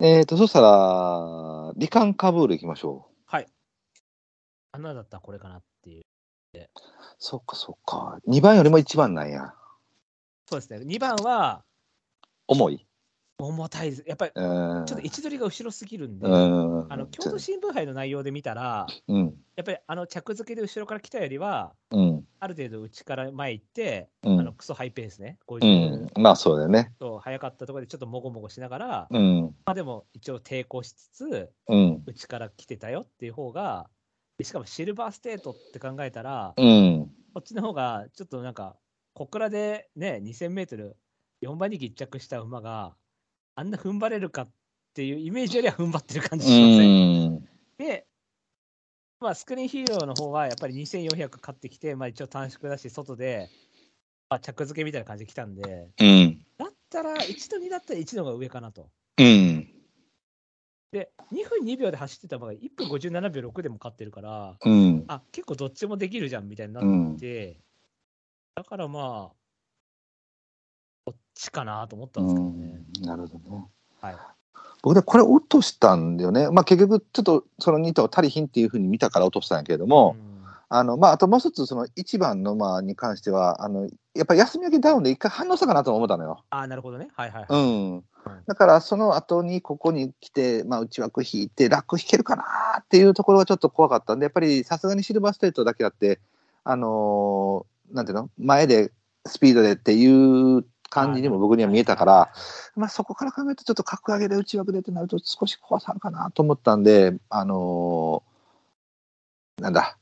[SPEAKER 2] えっと、そしたら、リカンカブール行きましょう。
[SPEAKER 1] 穴だったらこれかなっていう。
[SPEAKER 2] そっかそっか。2番よりも1番なんや。
[SPEAKER 1] そうですね、2番は
[SPEAKER 2] 重い。
[SPEAKER 1] 重たいです。やっぱり
[SPEAKER 2] うん。
[SPEAKER 1] ちょっと位置取りが後ろすぎるんで、
[SPEAKER 2] うん。
[SPEAKER 1] あの京都新聞杯の内容で見たら、
[SPEAKER 2] うん。
[SPEAKER 1] やっぱりあの着付けで後ろから来たよりは、
[SPEAKER 2] うん。
[SPEAKER 1] ある程度内から前行って、
[SPEAKER 2] う
[SPEAKER 1] あの
[SPEAKER 2] ん。
[SPEAKER 1] クソハイペースね、
[SPEAKER 2] う
[SPEAKER 1] 50
[SPEAKER 2] ん。まあそうだよね。
[SPEAKER 1] と早かったところでちょっともごもごしながら、ま
[SPEAKER 2] うん。
[SPEAKER 1] あでも一応抵抗しつつ、
[SPEAKER 2] うん。
[SPEAKER 1] 内から来てたよっていう方が、でしかもシルバーステートって考えたら、
[SPEAKER 2] うん。
[SPEAKER 1] こっちの方がちょっとなんか、小倉でね、2000メートル4番に決着した馬があんな踏ん張れるかっていうイメージよりは踏ん張ってる感じしません。
[SPEAKER 4] ん。
[SPEAKER 1] で、まあ、スクリーンヒーローの方はやっぱり2400勝ってきて、まあ、一応短縮だし、外で、まあ、着付けみたいな感じで来たんで、
[SPEAKER 4] うん。
[SPEAKER 1] だったら1と2だったら1の方が上かなと。
[SPEAKER 4] うん。
[SPEAKER 1] で、2分2秒で走ってた馬が1分57秒6でも勝ってるから、
[SPEAKER 4] うん。
[SPEAKER 1] あ結構どっちもできるじゃんみたいにな
[SPEAKER 4] う
[SPEAKER 1] っ
[SPEAKER 4] ん。
[SPEAKER 1] て、だからまあ、こっちかなと思った
[SPEAKER 4] うん
[SPEAKER 1] です
[SPEAKER 4] ん。
[SPEAKER 1] けどね
[SPEAKER 4] なるほどね。
[SPEAKER 1] はい
[SPEAKER 2] 僕ね、これ落としたんだよね。まあ結局、ちょっとその2頭足りひんっていうふうに見たから落としたんやけれども、
[SPEAKER 1] うん
[SPEAKER 2] あの、まああともう一つ、その1番のまあに関しては、あの、やっぱり休み明けダウンで一回反応したかなとも思ったのよ。
[SPEAKER 1] あなるほどね。はいはい、はい
[SPEAKER 2] うん。だからその後にここに来て、まあ内枠引いて楽引けるかなっていうところがちょっと怖かったんで、やっぱりさすがにシルバーストレートだけあって、あのーなんていうの前でスピードでっていう感じにも僕には見えたから、
[SPEAKER 1] はい
[SPEAKER 2] まあ、そこから考えると、ちょっと格上げで内枠でってなると、少し怖さあるかなと思ったんで、あのーなんだ、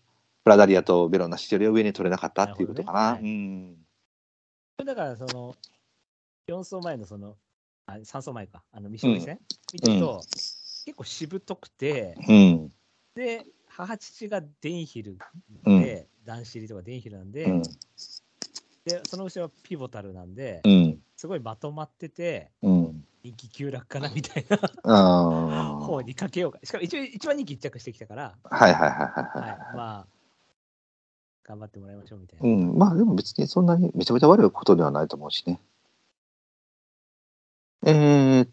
[SPEAKER 2] プラダリアとベロンナシチリを上に取れなかったっていうことかな。
[SPEAKER 1] なるほど
[SPEAKER 2] うん
[SPEAKER 1] だからその4走前のそのあ3走前かあの未勝利戦、見てると、結構しぶとくて
[SPEAKER 4] うん。
[SPEAKER 1] で母父がデンヒル
[SPEAKER 4] うん。
[SPEAKER 1] で、男子入りとかデンヒルなんで,、
[SPEAKER 4] うん。
[SPEAKER 1] でその後ろはピボタルなんで、
[SPEAKER 4] うん。
[SPEAKER 1] すごいまとまってて
[SPEAKER 4] うん。
[SPEAKER 1] 人気急落かなみたいな
[SPEAKER 2] あー
[SPEAKER 1] 方にかけようかしかも一応一番人気一着してきたから、
[SPEAKER 2] はいはいはいはい
[SPEAKER 1] は
[SPEAKER 2] はい
[SPEAKER 1] い、まあ頑張ってもらいましょうみたい。な、
[SPEAKER 2] うん、まあでも別にそんなにめちゃめちゃ悪いことではないと思うしね。えーっ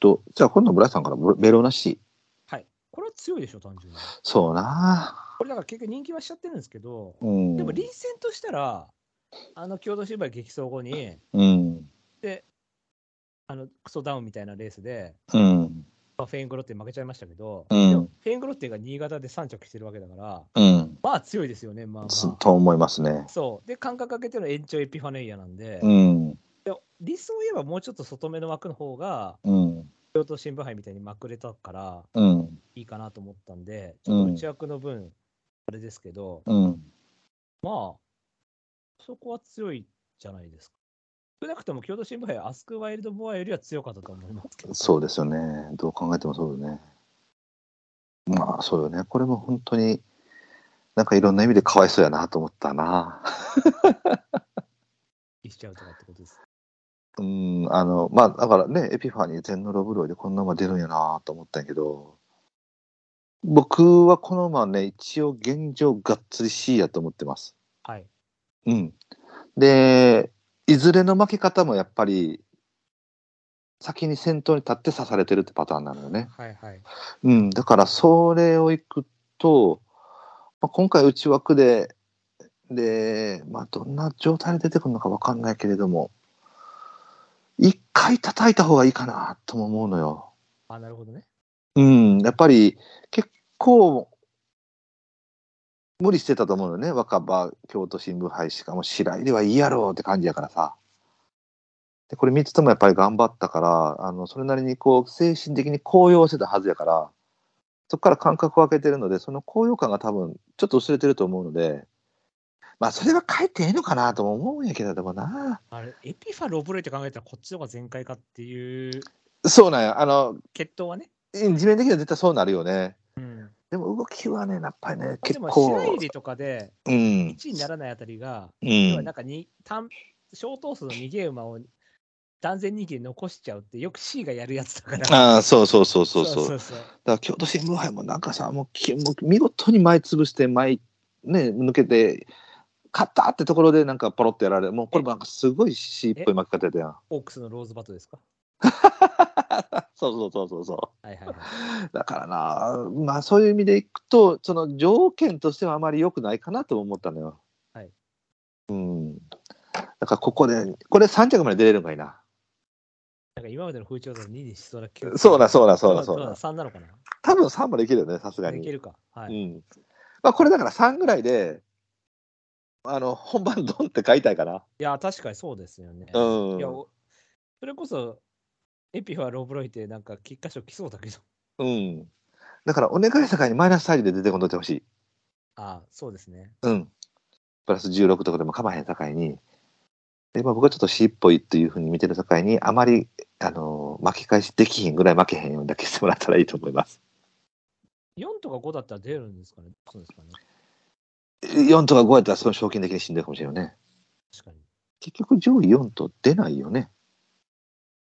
[SPEAKER 2] と、じゃあ今度村井さんからベローナシ
[SPEAKER 1] はい、これは強いでしょ単純に
[SPEAKER 2] そうな
[SPEAKER 1] これだから結局人気はしちゃってるんですけど、
[SPEAKER 4] うん。
[SPEAKER 1] でも臨戦としたら、あの共同芝居激走後に、
[SPEAKER 4] うん。
[SPEAKER 1] で、あのクソダウンみたいなレースで、
[SPEAKER 4] うん。
[SPEAKER 1] まあフェイングロッテに負けちゃいましたけど、
[SPEAKER 4] うん
[SPEAKER 1] でもフェイングロッテが新潟で3着してるわけだから、
[SPEAKER 4] うん。
[SPEAKER 1] まあ強いですよね、まあま
[SPEAKER 2] す
[SPEAKER 1] あ。
[SPEAKER 2] と思いますね。
[SPEAKER 1] そう。で、間隔空けての延長エピファネイアなんで、
[SPEAKER 4] うん。
[SPEAKER 1] 理想を言えばもうちょっと外目の枠の方が、
[SPEAKER 4] うん。
[SPEAKER 1] 京都新聞杯みたいにまくれたから、
[SPEAKER 4] うん。
[SPEAKER 1] いいかなと思ったんで、ちょっと内枠の分、あれですけど、
[SPEAKER 4] うん。
[SPEAKER 1] まあ、そこは強いじゃないですか。少なくとも京都新聞杯、アスクワイルドボアよりは強かったと思いますけど。
[SPEAKER 2] そうですよね。どう考えてもそうだね。まあ、そうよね。これも本当に、なんかいろんな意味でかわいそうやなと思ったな。
[SPEAKER 1] しちゃうとかってことです。
[SPEAKER 2] うん、あの、まあ、だからね、エピファニー全のロブロイでこんな馬出るんやなと思ったんやけど、僕はこの馬ね、一応現状がっつり C やと思ってます。
[SPEAKER 1] はい。
[SPEAKER 2] うん。で、いずれの負け方もやっぱり、先に先頭に立って刺されてるってパターンなのよね。
[SPEAKER 1] はいはい。
[SPEAKER 2] うん、だからそれをいくと、まあ、今回内枠で、で、まあ、どんな状態で出てくるのかわかんないけれども、一回叩いた方がいいかなとも思うのよ。
[SPEAKER 1] あ、なるほどね。
[SPEAKER 2] うん、やっぱり結構、無理してたと思うのよね。若葉京都新聞杯しかも白入れはいいやろうって感じやからさ。で、これ3つともやっぱり頑張ったから、あの、それなりにこう、精神的に高揚してたはずやから、そこから感覚を空けてるので、その高揚感が多分、ちょっと薄れてると思うので、まあ、それが帰ってええのかなとも思うんやけれどもな。
[SPEAKER 1] あれ、エピファロブレイって考えたらこっちの方が全開かっていう、
[SPEAKER 2] そうなんや。あの、
[SPEAKER 1] 決闘はね。
[SPEAKER 2] 地面的には絶対そうなるよね。
[SPEAKER 1] うん。
[SPEAKER 2] でも動きはね、やっぱりね、
[SPEAKER 1] で
[SPEAKER 2] 結
[SPEAKER 1] も、
[SPEAKER 2] 構。
[SPEAKER 1] 白入りとかで
[SPEAKER 2] うん。
[SPEAKER 1] 1位にならないあたりが、
[SPEAKER 2] う
[SPEAKER 1] 要は
[SPEAKER 2] ん
[SPEAKER 1] なんかに単小闘数の逃げ馬を断然人気で残しちゃうって、よく C がやるやつだから。
[SPEAKER 2] ああ、そうそうそうそうそ
[SPEAKER 1] そう
[SPEAKER 2] う。だか
[SPEAKER 1] そう
[SPEAKER 2] ら京都新聞杯もなんかさ、もうきもう見事に前潰して、前、ね、抜けて、勝ったってところでなんかポロッとやられる。もうこれもなんかすごい C っぽい巻き方やったやん。
[SPEAKER 1] オークスのローズバトですか。
[SPEAKER 2] そうそうそうそうそ
[SPEAKER 1] はいはいはい。
[SPEAKER 2] う。だからな、まあそういう意味でいくと、その条件としてはあまり良くないかなとも思ったのよ。
[SPEAKER 1] はい。
[SPEAKER 2] うん。だからここで、これ3着まで出れるのがいいな。
[SPEAKER 1] なんか今までの風潮だと2にしそうな気が
[SPEAKER 2] そうだそうだそうだそうだ
[SPEAKER 1] どど3なのかな
[SPEAKER 2] 多分3までいけるよね、さすが
[SPEAKER 1] い
[SPEAKER 2] に
[SPEAKER 1] け。るか。はい。
[SPEAKER 2] うん。まあ、これだから3ぐらいで、あの、本番ドンって買いたいかな。
[SPEAKER 1] いや、確かにそうですよね。
[SPEAKER 2] うん
[SPEAKER 1] いや、おそれこそ、エピファローブロイってなんか菊花賞来そうだけど。
[SPEAKER 2] うん。だから、お願い境にマイナス3で出てこんといてほしい。
[SPEAKER 1] ああ、そうですね。
[SPEAKER 2] うん。プラス16とかでもかまへん境に、で、まあ、僕はちょっと C っぽいというふうに見てる境に、あまり、あのー巻き返しできひんぐらい負けへんようにだけしてもらったらいいと思います。
[SPEAKER 1] 4とか5だったら出るんですかね。そうですかね。
[SPEAKER 2] 4とか5やったら、その賞金的にしんどいかもしれないよね。
[SPEAKER 1] 確かに。
[SPEAKER 2] 結局、上位4と出ないよね。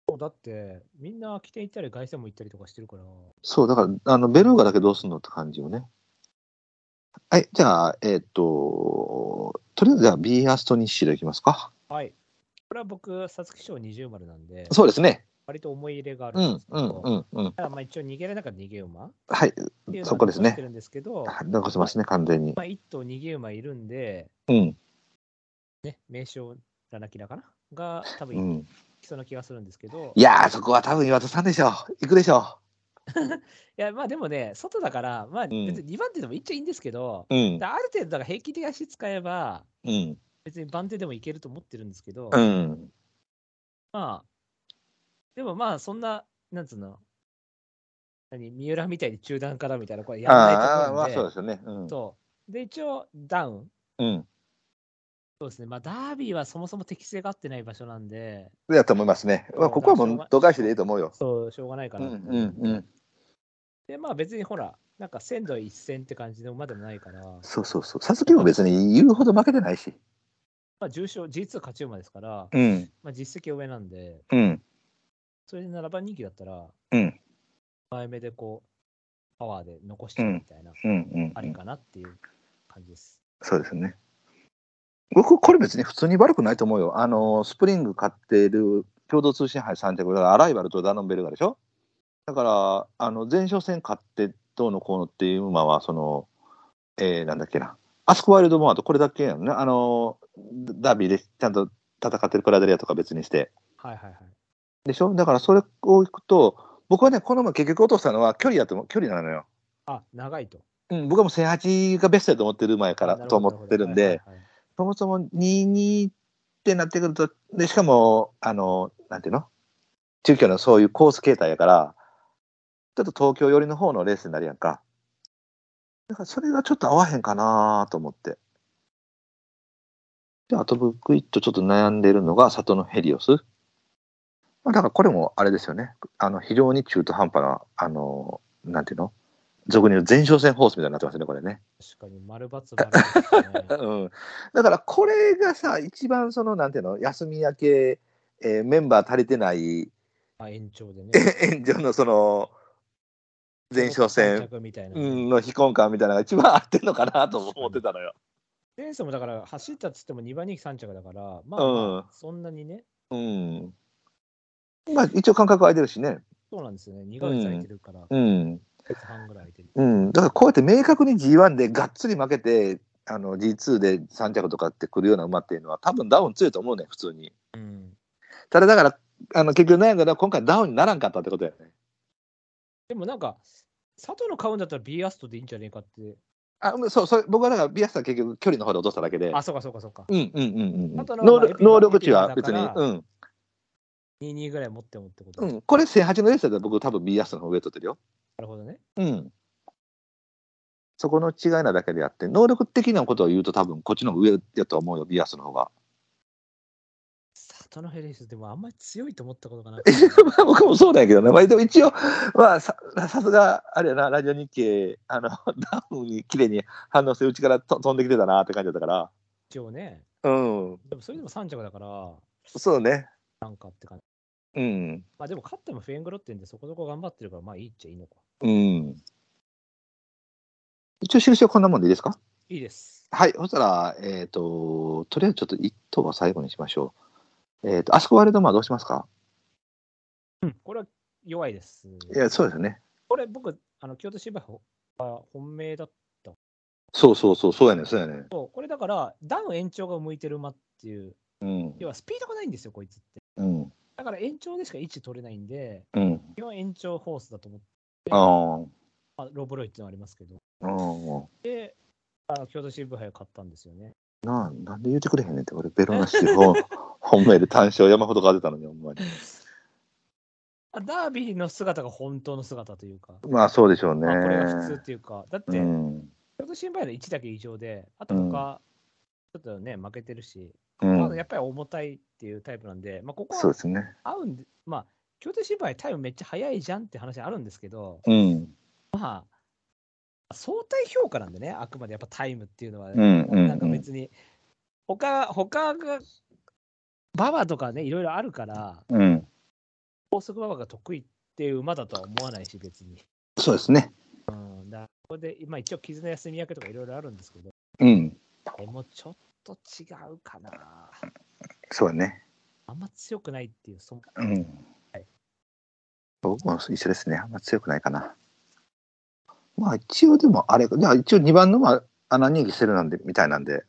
[SPEAKER 1] そうだって、みんな起点行ったり、凱旋も行ったりとかしてるから。
[SPEAKER 2] そう、だから、あの、ベルーガだけどうすんのって感じよね。はい、じゃあ、えっ、と、とりあえず、じゃあ、B アストにシードいきますか。
[SPEAKER 1] はい。これは僕、皐月賞20丸なんで、
[SPEAKER 2] そうですね。
[SPEAKER 1] 割と思い入れがある
[SPEAKER 2] うん
[SPEAKER 1] で
[SPEAKER 2] ん
[SPEAKER 1] す、け
[SPEAKER 2] う
[SPEAKER 1] ど、
[SPEAKER 2] ん、うん、うん。
[SPEAKER 1] ただまあ一応逃げれなかった逃げ馬っ
[SPEAKER 2] はい、
[SPEAKER 1] ていうのは
[SPEAKER 2] そこですね
[SPEAKER 1] 残してるんですけど、
[SPEAKER 2] 残してますね、完全に
[SPEAKER 1] ま。あ、1頭逃げ馬いるんで、
[SPEAKER 2] うん、
[SPEAKER 1] ね、名称、ラナキラかなが多
[SPEAKER 2] う
[SPEAKER 1] 分い
[SPEAKER 2] ん。
[SPEAKER 1] きそうな気がするんですけど、
[SPEAKER 2] いやー、そこは多分岩田さんでしょう。行くでしょ
[SPEAKER 1] いや、まあでもね、外だから、まあ
[SPEAKER 2] ん
[SPEAKER 1] 別に2番手でもいっちゃいいんですけど、
[SPEAKER 2] う。うん
[SPEAKER 1] だ、からある程度、だから平気で足使えば、
[SPEAKER 2] うん、
[SPEAKER 1] 別に番手でもいけると思ってるんですけど、
[SPEAKER 2] うん。
[SPEAKER 1] まあ、でもまあ、そんな、なんつうの、何、三浦みたいに中断からみたいな、これやらない
[SPEAKER 2] あ
[SPEAKER 1] と
[SPEAKER 2] あ、
[SPEAKER 1] 思
[SPEAKER 2] ま
[SPEAKER 1] う
[SPEAKER 2] あ
[SPEAKER 1] んで、
[SPEAKER 2] そうですよね。うん。
[SPEAKER 1] そうで、一応、ダウン。
[SPEAKER 2] うん。
[SPEAKER 1] そうですね、まあ、ダービーはそもそも適性が合ってない場所なんで、
[SPEAKER 2] だと思いますね。まあ、ここはもう度外視でいいと思うよ。
[SPEAKER 1] そう、しょうがないか
[SPEAKER 2] うん、
[SPEAKER 1] な。
[SPEAKER 2] うん、うん。
[SPEAKER 1] で、まあ別にほら、なんか鮮度一戦って感じの馬でもないから、ま
[SPEAKER 2] そうそうそう。佐々木も別に言うほど負けてないし。
[SPEAKER 1] あ重賞、G2 勝ち馬ですから、
[SPEAKER 2] うん、
[SPEAKER 1] まあ実績上なんで、
[SPEAKER 2] うん、
[SPEAKER 1] それで7番人気だったら、
[SPEAKER 2] うん
[SPEAKER 1] 前目でこう、パワーで残しちゃうみたいな、
[SPEAKER 2] うん、うん。
[SPEAKER 1] ありかなっていう感じです。
[SPEAKER 2] そうですね。僕、これ別に普通に悪くないと思うよ。あの、スプリング買ってる共同通信杯3着、だからアライバルとダノンベルガでしょだから、あの、前哨戦買ってどうのこうのっていう馬は、その、えーなんだっけな、アスクワイルドモアとこれだけやんね。あの、ダービーでちゃんと戦ってるプラデリアとか別にして。
[SPEAKER 1] はいはいはい。
[SPEAKER 2] でしょだからそれをいくと、僕はね、この馬結局落としたのは距離だと思う、距離なのよ。
[SPEAKER 1] あ、長いと。
[SPEAKER 2] うん、僕はもう1008がベストだと思ってる馬やから、
[SPEAKER 1] あなる
[SPEAKER 2] と
[SPEAKER 1] ほど
[SPEAKER 2] 思ってるんで、
[SPEAKER 1] はいはいはい
[SPEAKER 2] そもそも22ってなってくると、で、しかも、あの、なんていうの中京のそういうコース形態やから、ちょっと東京寄りの方のレースになるやんか。だからそれがちょっと合わへんかなと思って。で、あと僕一とちょっと悩んでるのが、里のヘリオス。まあ、だからこれもあれですよね。あの、非常に中途半端な、あの、なんていうの俗に言う前哨戦ホースみたいになってますね、これね。
[SPEAKER 1] 確かに丸抜丸です
[SPEAKER 2] [laughs]
[SPEAKER 1] ね。
[SPEAKER 2] うん、だからこれがさ一番そのなんていうの休み明け、えーメンバー足りてない
[SPEAKER 1] あ延長でね。
[SPEAKER 2] 炎上のその前哨戦
[SPEAKER 1] 着みたいな。
[SPEAKER 2] うんの非婚感みたいなのが一番合ってんのかなと思ってたのよ。
[SPEAKER 1] 前走もだから走ったっつっても2番人気3着だから、ま
[SPEAKER 2] う
[SPEAKER 1] あ
[SPEAKER 2] ん、
[SPEAKER 1] そんなにね、
[SPEAKER 2] うんまあ、一応間隔空いてるしね、
[SPEAKER 1] そうなんですよね。2ヶ月空いてるから、
[SPEAKER 2] う
[SPEAKER 1] 1
[SPEAKER 2] ん
[SPEAKER 1] ヶ月半ぐらい空いてる。
[SPEAKER 2] うん、だからこうやって明確に G1 でがっつり負けてあの G2 で3着とかってくるような馬っていうのは多分ダウン強いと思うね普通に。
[SPEAKER 1] うん。
[SPEAKER 2] ただだからあの結局悩んだのは今回ダウンにならんかったってことやね。
[SPEAKER 1] でもなんか、佐藤の買うんだったら B アストでいいんじゃねえかって。
[SPEAKER 2] あうんそうそう僕はだからビアスは結局距離の方で落としただけで。
[SPEAKER 1] あ、そうかそうかそうか。
[SPEAKER 2] うんうんうんうん
[SPEAKER 1] あとの
[SPEAKER 2] 能
[SPEAKER 1] エピ
[SPEAKER 2] 力
[SPEAKER 1] ファ
[SPEAKER 2] 能力値は別に、
[SPEAKER 1] エピフ
[SPEAKER 2] う
[SPEAKER 1] ァ
[SPEAKER 2] ん
[SPEAKER 1] 22ぐらい持ってもってこと
[SPEAKER 2] う
[SPEAKER 1] で、
[SPEAKER 2] ん、これ1008のレースだったら僕多分ビアスの方が上取ってるよ。
[SPEAKER 1] なるほどね。
[SPEAKER 2] うん。そこの違いなだけであって、能力的なことを言うと多分こっちの方が上やと思うよ、ビアスの方が。
[SPEAKER 1] 佐藤のヘリスでもあんまり強いと思ったことが
[SPEAKER 2] [laughs]
[SPEAKER 1] なく
[SPEAKER 2] [laughs] 僕もそうだけどね、まあ、でも一応、まあ、ささすが、あれやな、ラジオ日経、あの、ダウンに綺麗に反応して、うちからと飛んできてたなって感じだったか
[SPEAKER 1] 一応ね。
[SPEAKER 2] ら。うん。
[SPEAKER 1] でもそれでも3着だから、
[SPEAKER 2] そうね。
[SPEAKER 1] なんかって感じ。
[SPEAKER 2] うん。
[SPEAKER 1] まあでも勝ってもフェーングロッテンでそこそこ頑張ってるから、まあいいっちゃいいのか。
[SPEAKER 2] うん。一応、印はこんなもんでいいですか
[SPEAKER 1] いいです。
[SPEAKER 2] はい、そしたら、えっ、と、とりあえずちょっと一等は最後にしましょう。えっ、と、あそこワイルドマンどうしますか
[SPEAKER 1] うん、これは弱いです。
[SPEAKER 2] いや、そうですね。
[SPEAKER 1] これ僕、あの京都芝居ほあ本命だ
[SPEAKER 2] そうそうそう、そうやね、そうやね。
[SPEAKER 1] と、これだから、ダウン延長が向いてる馬っていう、
[SPEAKER 2] うん。
[SPEAKER 1] 要はスピードがないんですよ、こいつって。
[SPEAKER 2] うん。
[SPEAKER 1] だから延長でしか位置取れないんで、
[SPEAKER 2] うん。
[SPEAKER 1] 基本延長ホースだと思って、
[SPEAKER 2] あー
[SPEAKER 1] まあ、ローボロイっていうのはありますけど、
[SPEAKER 2] あー。
[SPEAKER 1] あの京都新聞杯を買ったんですよね。
[SPEAKER 2] なあ、なんで言うてくれへんねんって、俺、ベロナシー [laughs] 本本命で単勝山ほど勝てたのに、ほんまに。
[SPEAKER 1] あダービーの姿が本当の姿というか、
[SPEAKER 2] まあ、そうでしょうね。
[SPEAKER 1] まあこれが普通っていうか、だって、
[SPEAKER 2] うん。
[SPEAKER 1] 京都新聞杯の1だけ異常で、あと他、ょっとね、負けてるし、
[SPEAKER 2] う
[SPEAKER 1] まあや
[SPEAKER 2] ん。
[SPEAKER 1] っぱり重たいっていうタイプなんで、まあ、ここ
[SPEAKER 2] そう
[SPEAKER 1] は
[SPEAKER 2] ですね。
[SPEAKER 1] 合うんで、まあ、京都芝居、タイムめっちゃ早いじゃんって話あるんですけど、
[SPEAKER 2] うん。
[SPEAKER 1] 相対評価なんでね、あくまでやっぱタイムっていうのは、
[SPEAKER 2] うんうん
[SPEAKER 1] なんか別に、他他が、馬場とかね、いろいろあるから、
[SPEAKER 2] うん。
[SPEAKER 1] 高速馬場が得意っていう馬だとは思わないし、別に。
[SPEAKER 2] そうですね。
[SPEAKER 1] うん、だからここで、まあ、一応、絆休み分けとかいろいろあるんですけど、
[SPEAKER 2] うん。
[SPEAKER 1] でもちょっと違うかな。
[SPEAKER 2] そうだね。
[SPEAKER 1] あんま強くないっていう、その
[SPEAKER 2] うん。僕も一緒ですね。あんま強くないかな。まあ一応でもあれ、じゃあ一応2番のは穴人気セルなんで、みたいなんで。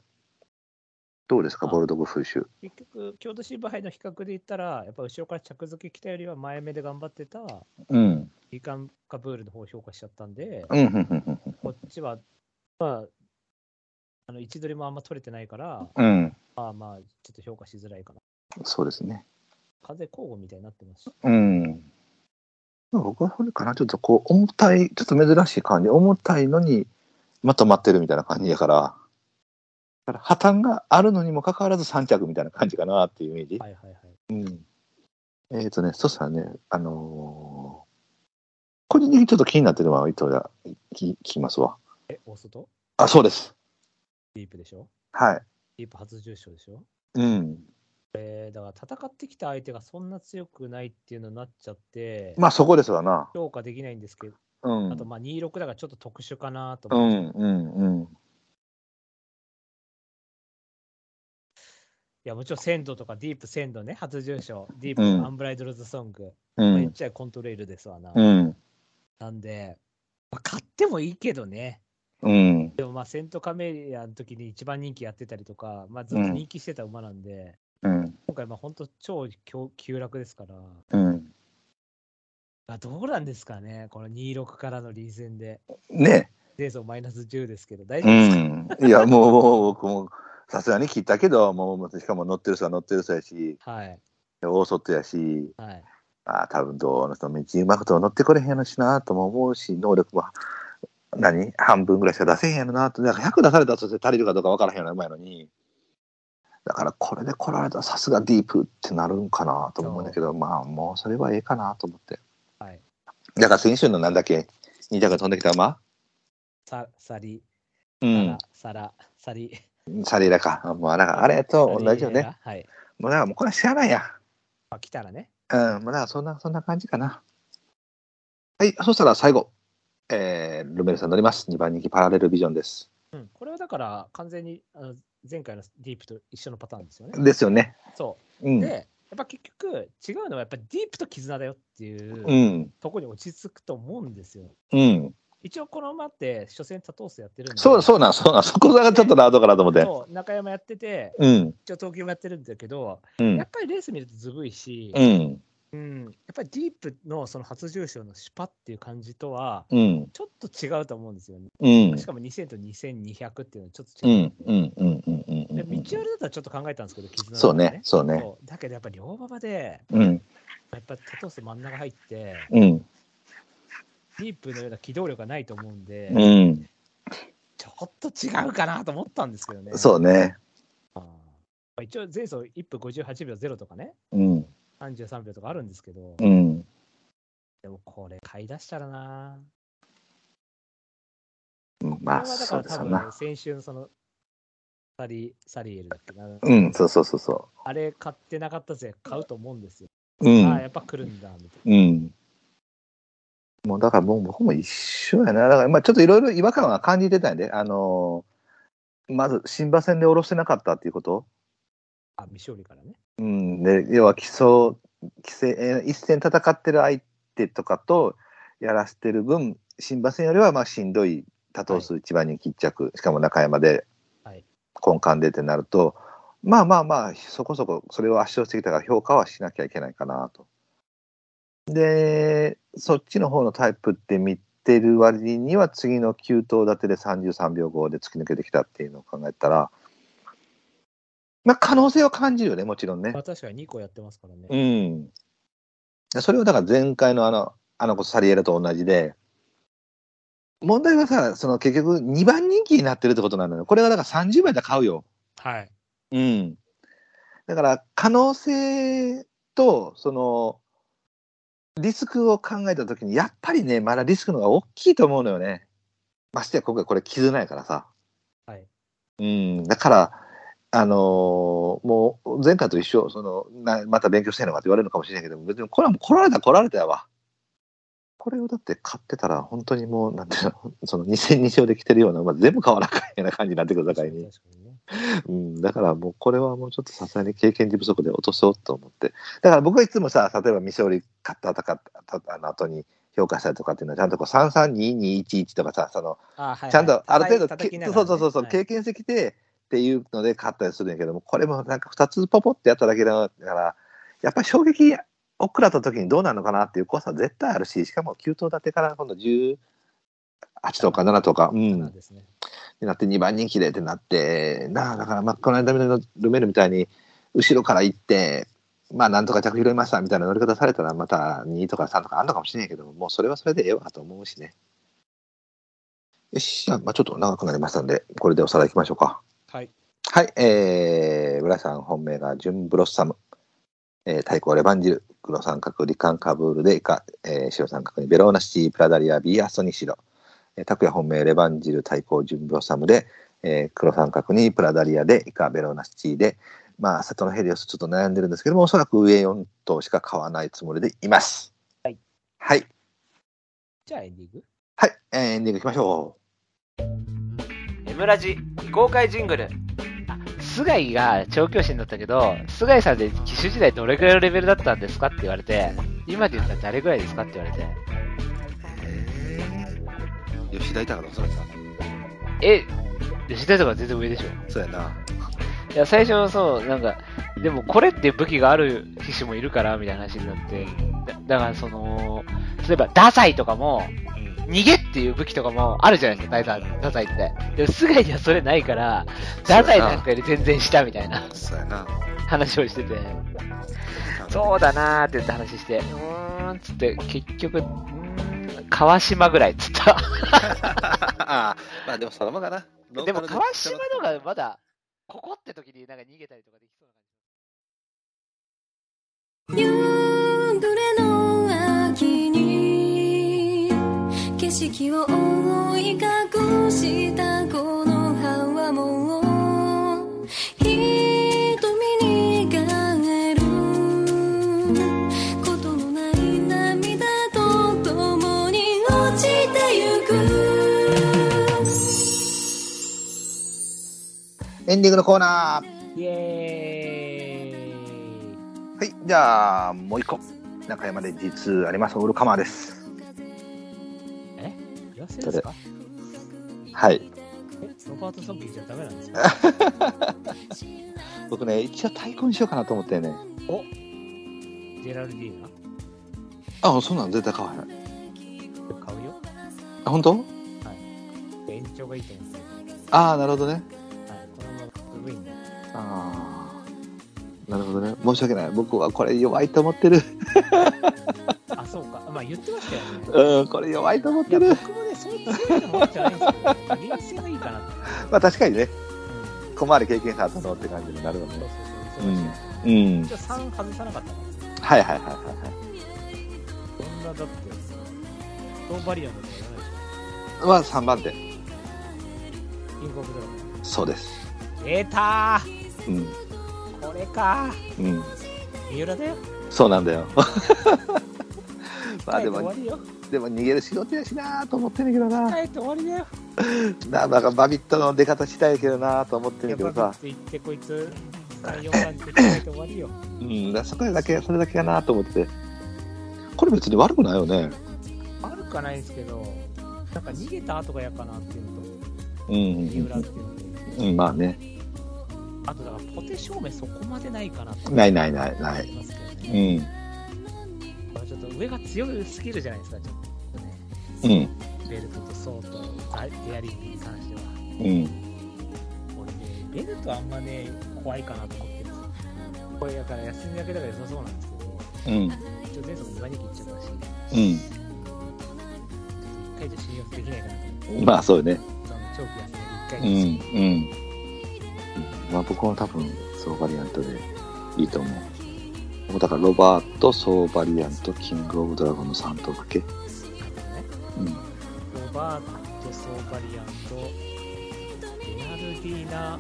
[SPEAKER 2] どうですか、ボルドグフーシュ。
[SPEAKER 1] 結局、京都芝杯の比較で言ったら、やっぱ後ろから着付け来たよりは前目で頑張ってた、
[SPEAKER 2] うん。
[SPEAKER 1] リカンカブールの方を評価しちゃったんで、
[SPEAKER 2] うん、うん、うん、
[SPEAKER 1] こっちは、まあ、あの位置取りもあんま取れてないから、
[SPEAKER 2] うん。うん。
[SPEAKER 1] まあまあ、ちょっと評価しづらいかな。
[SPEAKER 2] そうですね。
[SPEAKER 1] 風交互みたいになってますし、
[SPEAKER 2] うん。まあ僕はそれかな。ちょっとこう、重たい、ちょっと珍しい感じ。重たいのに、まとまってるみたいな感じやから。だから破綻があるのにもかかわらず3着みたいな感じかなっていうイメージ。
[SPEAKER 1] はいはいはい。
[SPEAKER 2] えっ、とね、そしたらね、あのー個人的にちょっと気になってるのは、いとや、き聞きますわ。
[SPEAKER 1] え、大外
[SPEAKER 2] あ、そうです。
[SPEAKER 1] ディープでしょ
[SPEAKER 2] はい。
[SPEAKER 1] ディープ初重賞でしょ
[SPEAKER 2] うん。
[SPEAKER 1] えーだから戦ってきた相手がそんな強くないっていうのになっちゃって、
[SPEAKER 2] まあそこですわな。
[SPEAKER 1] 評価できないんですけど、
[SPEAKER 2] うん。
[SPEAKER 1] あとまあ26だからちょっと特殊かなと
[SPEAKER 2] う
[SPEAKER 1] 思って、
[SPEAKER 2] ん、うん、うん。
[SPEAKER 1] いやもちろん鮮度とかディープ鮮度ね、初重賞、ディー
[SPEAKER 2] うん
[SPEAKER 1] プアンブライドルズソング、
[SPEAKER 2] う
[SPEAKER 1] めっ
[SPEAKER 2] ん。
[SPEAKER 1] ちゃコントレールですわな。
[SPEAKER 2] うん。
[SPEAKER 1] なんで、まあ、買ってもいいけどね、
[SPEAKER 2] うん。
[SPEAKER 1] でもまあセントカメリアの時に一番人気やってたりとか、まあ、ずっと人気してた馬なんで、
[SPEAKER 2] うん。
[SPEAKER 1] 今回まあ本当超急急落ですから、
[SPEAKER 2] うん。
[SPEAKER 1] まあ、どうなんですかね、この26からの臨戦で、
[SPEAKER 2] ね。
[SPEAKER 1] レースをマイナス10ですけど、大丈
[SPEAKER 2] う
[SPEAKER 1] 夫ですか、[laughs]
[SPEAKER 2] ん。いや、もう、もう僕も、さすがに切ったけど、もう、しかも乗ってる人は乗ってる人やし、
[SPEAKER 1] はい、
[SPEAKER 2] 大外やし、
[SPEAKER 1] はい。
[SPEAKER 2] ああ、多分どうの人も道うまくと乗ってこれへんやろしなとも思うし、能力も、何半分ぐらいしか出せへんやろなと。だから100出されたとして足りるかどうか分からへんような馬やのに。だからこれで来られたらさすがディープってなるんかなと思うんだけど、まあもうそれはええかなと思って。
[SPEAKER 1] はい。
[SPEAKER 2] だから先週のなんだっけ ?2 着が飛んできた馬
[SPEAKER 1] さ、さり、
[SPEAKER 2] う
[SPEAKER 1] さ
[SPEAKER 2] ん
[SPEAKER 1] ら。、さら、さり。
[SPEAKER 2] サリーラか。もうあれあれと同じよね。。
[SPEAKER 1] はい。
[SPEAKER 2] もうだからもうこれは知らないや。
[SPEAKER 1] まあ、来たらね。
[SPEAKER 2] うん、まあ、だからそんな、そんな感じかな。はい、そしたら最後、えー、ルメルさん乗ります。2番人気パラレルビジョンです。
[SPEAKER 1] うん、これはだから完全にあの前回のディープと一緒のパターンですよね。
[SPEAKER 2] ですよね。
[SPEAKER 1] そうう。
[SPEAKER 2] ん。
[SPEAKER 1] で、
[SPEAKER 2] う。
[SPEAKER 1] やっぱ結局違うのはやっぱディープと絆だよっていううんところに落ち着くと思うんですよ。
[SPEAKER 2] うん。
[SPEAKER 1] 一応この馬って初戦多投数やってるんで。
[SPEAKER 2] そう、そうなん、そうなん。そこがちょっとな、どうかなと思って。
[SPEAKER 1] そう中山やってて、
[SPEAKER 2] うん。
[SPEAKER 1] 一応東京もやってるんだけど、
[SPEAKER 2] う
[SPEAKER 1] や
[SPEAKER 2] ん
[SPEAKER 1] っ。ぱりレース見るとずぶいし、
[SPEAKER 2] うん。
[SPEAKER 1] うんやっぱりディープのその初重賞のシュパっていう感じとは、
[SPEAKER 2] うん。
[SPEAKER 1] ちょっと違うと思うんですよね。
[SPEAKER 2] うん。
[SPEAKER 1] しかも2000と2200っていうのはちょっと
[SPEAKER 2] う
[SPEAKER 1] 違
[SPEAKER 2] ん
[SPEAKER 1] う。。
[SPEAKER 2] うん。うん。うん。うん。う
[SPEAKER 1] で道
[SPEAKER 2] ん
[SPEAKER 1] 割りだったらちょっと考えたんですけど、絆だから
[SPEAKER 2] そうね。そうね。
[SPEAKER 1] そうだけどやっぱり両馬場で、
[SPEAKER 2] うん。
[SPEAKER 1] やっぱタトス真ん中入って、
[SPEAKER 2] うん。
[SPEAKER 1] ディープのような機動力がないと思うんで、
[SPEAKER 2] うん。
[SPEAKER 1] ちょっと違うかなと思ったんですけどね。
[SPEAKER 2] そうね。
[SPEAKER 1] うんまあ一応前走1分58秒0とかね、
[SPEAKER 2] うん。
[SPEAKER 1] 33秒とかあるんですけど、
[SPEAKER 2] うん。
[SPEAKER 1] でもこれ買い出したらな。
[SPEAKER 2] うんまあ、
[SPEAKER 1] これはだ
[SPEAKER 2] そ
[SPEAKER 1] から
[SPEAKER 2] うです
[SPEAKER 1] 多
[SPEAKER 2] よ
[SPEAKER 1] 分、
[SPEAKER 2] な。
[SPEAKER 1] 先週のその、サリサリエルだっけな、
[SPEAKER 2] うん。そうそうそうそ
[SPEAKER 1] あれ買ってなかったぜ、買うと思うんですよ。
[SPEAKER 2] う。うん。
[SPEAKER 1] ああ、やっぱ来るんだ、みたいな。
[SPEAKER 2] うん。もうだからもう僕も一緒やな。だからまあちょっといろいろ違和感は感じてたんやで、あのーまず新馬戦で降ろせなかったっていうこと。
[SPEAKER 1] あ、未勝利からね。
[SPEAKER 2] うん。で、要は基礎、規制、えー一戦戦ってる相手とかとやらせてる分、新馬戦よりはまあしんどい多頭数一番に決着、しかも中山で
[SPEAKER 1] はい
[SPEAKER 2] 根幹でってなると、まあまあまあ、そこそこそれを圧勝してきたから評価はしなきゃいけないかなと。で、そっちの方のタイプって見てる割には次の9頭立てで33秒5で突き抜けてきたっていうのを考えたら、まあ可能性は感じるよね、もちろんね
[SPEAKER 1] まあ、。確かに2個やってますからね。
[SPEAKER 2] うん。それをだから前回のあの、あの子サリエラと同じで、問題はさ、その結局2番人気になってるってことなんだよ。これがだから30倍で買うよ。
[SPEAKER 1] はい。
[SPEAKER 2] うん。だから、可能性と、その、リスクを考えたときに、やっぱりね、まだリスクの方が大きいと思うのよね。ましてや、今回これ、絆やからさ。
[SPEAKER 1] はい。
[SPEAKER 2] うん。だから、あのーもう、前回と一緒、そのな、また勉強してんのかって言われるのかもしれないけど、別に、これはもう、来られた、来られたやわ。これをだって買ってたら、本当にもう、なんていうの、その2戦2勝で来てるような、まあ、全部買わなあかんような感じになってくる境に。
[SPEAKER 1] 確かにね
[SPEAKER 2] うん、だからもうこれはもうちょっとさすがに経験値不足で落とそうと思ってだから僕はいつもさ例えば未勝利勝ったとかたあの後に評価したりとかっていうのはちゃんとこう332211とかさその
[SPEAKER 1] あはい
[SPEAKER 2] ちゃんとある程度、
[SPEAKER 1] 叩き
[SPEAKER 2] け
[SPEAKER 1] ながら
[SPEAKER 2] そ
[SPEAKER 1] ね
[SPEAKER 2] うそうそうそう、
[SPEAKER 1] はい
[SPEAKER 2] 経験してきてっていうので勝ったりするんやけどもこれもなんか2つポポってやっただけだからやっぱり衝撃を食らった時にどうなるのかなっていう怖さは絶対あるししかも9頭立てから今度18とか7とか、うん
[SPEAKER 1] そう、ですね。
[SPEAKER 2] ってなって2番人気でってなってなあだからまあこの間のルメールみたいに後ろから行ってまあなんとか着拾いましたみたいな乗り方されたらまた2とか3とかあんのかもしれないけどもうそれはそれでええわと思うしねよし、まあ、ちょっと長くなりましたんでこれでおさらいいきましょうか
[SPEAKER 1] はい。
[SPEAKER 2] はいえー、村さん本命がジュンブロッサム、えー、対抗レバンジル黒三角リカンカブールでイカ、えー白三角にベローナシティプラダリアビーアストニシロえー拓也本命レバンジル対抗ジュンブロッサムで、えー黒三角にプラダリアでイカベローナシティでまあ里のヘリオスちょっと悩んでるんですけどもおそらく上4頭しか買わないつもりでいます
[SPEAKER 1] はい
[SPEAKER 2] はい
[SPEAKER 1] じゃあエンディング
[SPEAKER 2] はい、えーエンディングいきましょ
[SPEAKER 3] 「M ラジ」未公開ジングル
[SPEAKER 4] 菅井が調教師になったけど、菅井さんで機種時代どれくらいのレベルだったんですかって言われて、今で言ったら誰ぐらいですかって言われて、
[SPEAKER 2] う吉田いたからそれさ
[SPEAKER 4] え、吉田とか全然上でしょ。
[SPEAKER 2] そうやない
[SPEAKER 4] や、最初そう、なんか、でもこれって武器がある騎士もいるから、みたいな話になって、だだからその、例えば、ダサイとかも、逃げっていう武器とかもあるじゃないですか、ダサイダサイって。でも、菅井にはそれないから、ダサイなんかより全然下みたいな
[SPEAKER 2] そうやな
[SPEAKER 4] 話をしてて、そうだなーって言って話して、うーん、つって、結局、うーん、川島ぐらいっつった。
[SPEAKER 2] あ [laughs] まあでもそのままかな
[SPEAKER 4] でも、川島のがまだ、ここって時になんか逃げたりとかできそうな感じ。
[SPEAKER 5] 夕暮れの秋に景色を覆い隠したこの葉はもう瞳に変えることのない涙と共に落ちてゆく
[SPEAKER 2] エンディングのコーナー
[SPEAKER 1] イエーイ
[SPEAKER 2] はいじゃあもう一個中山で実ありますオールカマーです
[SPEAKER 1] 痩せですか
[SPEAKER 2] はい
[SPEAKER 1] えロバートソングじゃダメなんですか
[SPEAKER 2] 僕ね一応対抗にしようかなと思ってね
[SPEAKER 1] ジェラルディーナ
[SPEAKER 2] あそんなの絶対買わへん
[SPEAKER 1] 買うよ
[SPEAKER 2] あ本当
[SPEAKER 1] 延長がいいと思うんですよ
[SPEAKER 2] ああなるほどね
[SPEAKER 1] はいこのまま上に
[SPEAKER 2] ああなるほどね申し訳ない僕はこれ弱いと思ってる
[SPEAKER 1] あそうかまあ言ってましたよね
[SPEAKER 2] [laughs] うんこれ弱いと思っ
[SPEAKER 1] いや
[SPEAKER 2] てる
[SPEAKER 1] 僕もねそういう強いのもんじゃないんですけど人性がいいかなって
[SPEAKER 2] まあ確かにね
[SPEAKER 1] うん
[SPEAKER 2] 小回り経験者とのって感じになるよ
[SPEAKER 1] そうそう
[SPEAKER 2] ね
[SPEAKER 1] そう忙しい
[SPEAKER 2] うん
[SPEAKER 1] 一応3外さなかったから
[SPEAKER 2] はいはいはいはいはい
[SPEAKER 1] こんなだってトーバリアンだとかやらないで
[SPEAKER 2] は3番手
[SPEAKER 1] しょキングオブドラゴン
[SPEAKER 2] そうです
[SPEAKER 1] 出た
[SPEAKER 2] うん
[SPEAKER 1] ーこれか
[SPEAKER 2] うん
[SPEAKER 1] ー三浦だよ
[SPEAKER 2] そうなんだよ [laughs] まあで
[SPEAKER 1] 帰
[SPEAKER 2] も
[SPEAKER 1] って終わ
[SPEAKER 2] でも逃げる仕事やしなーと思ってんねんけど
[SPEAKER 1] り
[SPEAKER 2] な
[SPEAKER 1] よ帰って終わりだよ
[SPEAKER 2] ななんかバビットの出方したいけどなーと思ってん
[SPEAKER 1] いや
[SPEAKER 2] ねんけど
[SPEAKER 1] バ
[SPEAKER 2] さ
[SPEAKER 1] ッ、て行ってこいつ34番って帰って終わりよ
[SPEAKER 2] うん、だそこだけそれだけかなーと思っててこれ別に悪くないよね
[SPEAKER 1] あるかないんですけどなんか逃げた後が嫌かなっていうのと
[SPEAKER 2] うん
[SPEAKER 1] 三浦っていうのと
[SPEAKER 2] うんまあね
[SPEAKER 1] あとだからポテ照明そこまでないかなと
[SPEAKER 2] ないないないな
[SPEAKER 1] 思
[SPEAKER 2] い
[SPEAKER 1] いますけど
[SPEAKER 2] う
[SPEAKER 1] ね
[SPEAKER 2] ん
[SPEAKER 1] まあちょっと上が強すぎるじゃないですかちょっとね
[SPEAKER 2] うん
[SPEAKER 1] ベルトとソーとあエアリングに関しては
[SPEAKER 2] うん
[SPEAKER 1] 俺ねベルトあんまね怖いかなと思ってるんですよこれだから休み明けだから良さそうなんですけど
[SPEAKER 2] うん
[SPEAKER 1] 一応前走も2に行っちゃったし
[SPEAKER 2] う
[SPEAKER 1] 一回じゃ信用できないかなと思って
[SPEAKER 2] んまあそうよね
[SPEAKER 1] その長期休みで一回
[SPEAKER 2] うん
[SPEAKER 1] に
[SPEAKER 2] うんまあ、僕も多分そうバリアントでいいと思う僕だからロバートそうバリアントキングオブドラゴンの3択系うん
[SPEAKER 1] ロバート・ソーバリアンとデナルディーナ、まあ、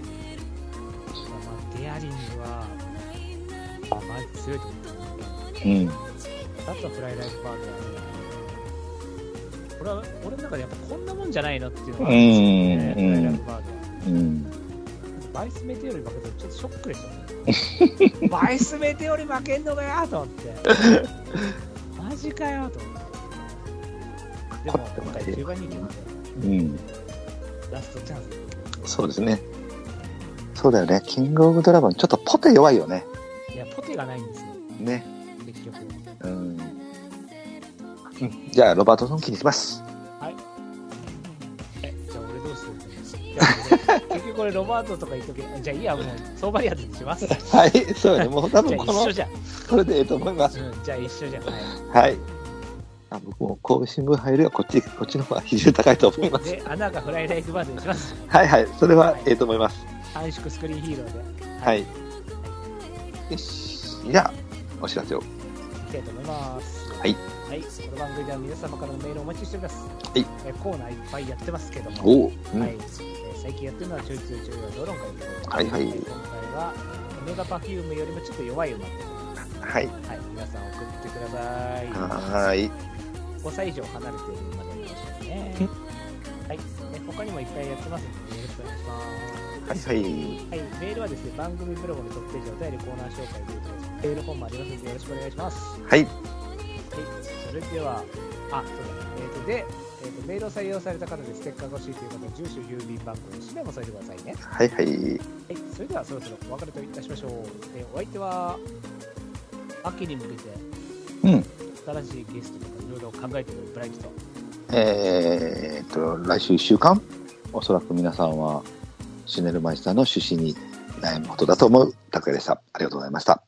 [SPEAKER 1] デアリンは、まあ、マジ強いと思って
[SPEAKER 2] うん
[SPEAKER 1] だったらフライライフバーグだねこれは俺の中でやっぱこんなもんじゃないのっていうのがあるんですよね、
[SPEAKER 2] う
[SPEAKER 1] フラ
[SPEAKER 2] ん
[SPEAKER 1] イライフバーグは
[SPEAKER 2] うん
[SPEAKER 1] バイスメテオリ負けたらちょっとショックでしたねバイスメテオリ負けんのかよと思ってマジかよと思ってでも今回中盤に行きまし
[SPEAKER 2] うん
[SPEAKER 1] ラストチャンス
[SPEAKER 2] そうですねそうだよねキングオブドラゴンちょっとポテ弱いよね
[SPEAKER 1] いやポテがないんですよ
[SPEAKER 2] ね
[SPEAKER 1] 結局
[SPEAKER 2] うんじゃあロバートソンキにします
[SPEAKER 1] えじゃあ俺どうするいや俺結局これロバートとか言っとけじゃあいいやもう相場リアンにし
[SPEAKER 2] [laughs]
[SPEAKER 1] ますじゃ
[SPEAKER 2] はいそうねもう多
[SPEAKER 1] あ
[SPEAKER 2] 分こ
[SPEAKER 1] 一
[SPEAKER 2] の
[SPEAKER 1] 緒じ
[SPEAKER 2] [laughs]
[SPEAKER 1] ゃん、
[SPEAKER 2] これでええと思います
[SPEAKER 1] うん、じゃあ一緒じゃん、はい
[SPEAKER 2] はいあ僕も神戸新聞入るよこっちこっちの方が比重高いと思います
[SPEAKER 1] で、穴がフライライフバードにします。
[SPEAKER 2] はいはいそれはええと思います
[SPEAKER 1] 短縮スクリーンヒーローで。
[SPEAKER 2] はい。よし。じゃあ、お知らせを。
[SPEAKER 1] いきたいと思います。
[SPEAKER 2] はい。
[SPEAKER 1] はい、この番組では皆様からのメールをお待ちしております。
[SPEAKER 2] い
[SPEAKER 1] えーコーナーいっぱいやってますけども。
[SPEAKER 2] おお。うん
[SPEAKER 1] はい、えー最近やってるのはちょいちょいちょいはドロン会ですけど
[SPEAKER 2] はいはい
[SPEAKER 1] 今回は、オメガパフュームよりもちょっと弱い馬。
[SPEAKER 2] はい。
[SPEAKER 1] はい、皆さん送ってください。
[SPEAKER 2] はーい。
[SPEAKER 1] 5歳以上離れている馬でお願いしますね。はい、えー他にもいっぱいやってますので、よろしくお願いします。
[SPEAKER 2] はいはい。
[SPEAKER 1] はい、メールはですね、番組ブログのトップページお便りコーナー紹介でメールフォームありますのでよろしくお願いします。はい、
[SPEAKER 2] はい。
[SPEAKER 1] それでは、あ、そうだ、えっ、と、で、えっ、と、メールを採用された方でステッカーが欲しいという方、住所、郵便番号、氏名も添えてくださいね。は
[SPEAKER 2] はいはい。
[SPEAKER 1] い、それではそろそろお別れといたしましょう。えーお相手は、秋に向けて、
[SPEAKER 2] うん。
[SPEAKER 1] 新しいゲストとかいろいろ考えてるブライトと、
[SPEAKER 2] えーっと、来週1週間、おそらく皆さんは、シュネルマイスターの趣旨に悩むことだと思う、拓也でした。ありがとうございました。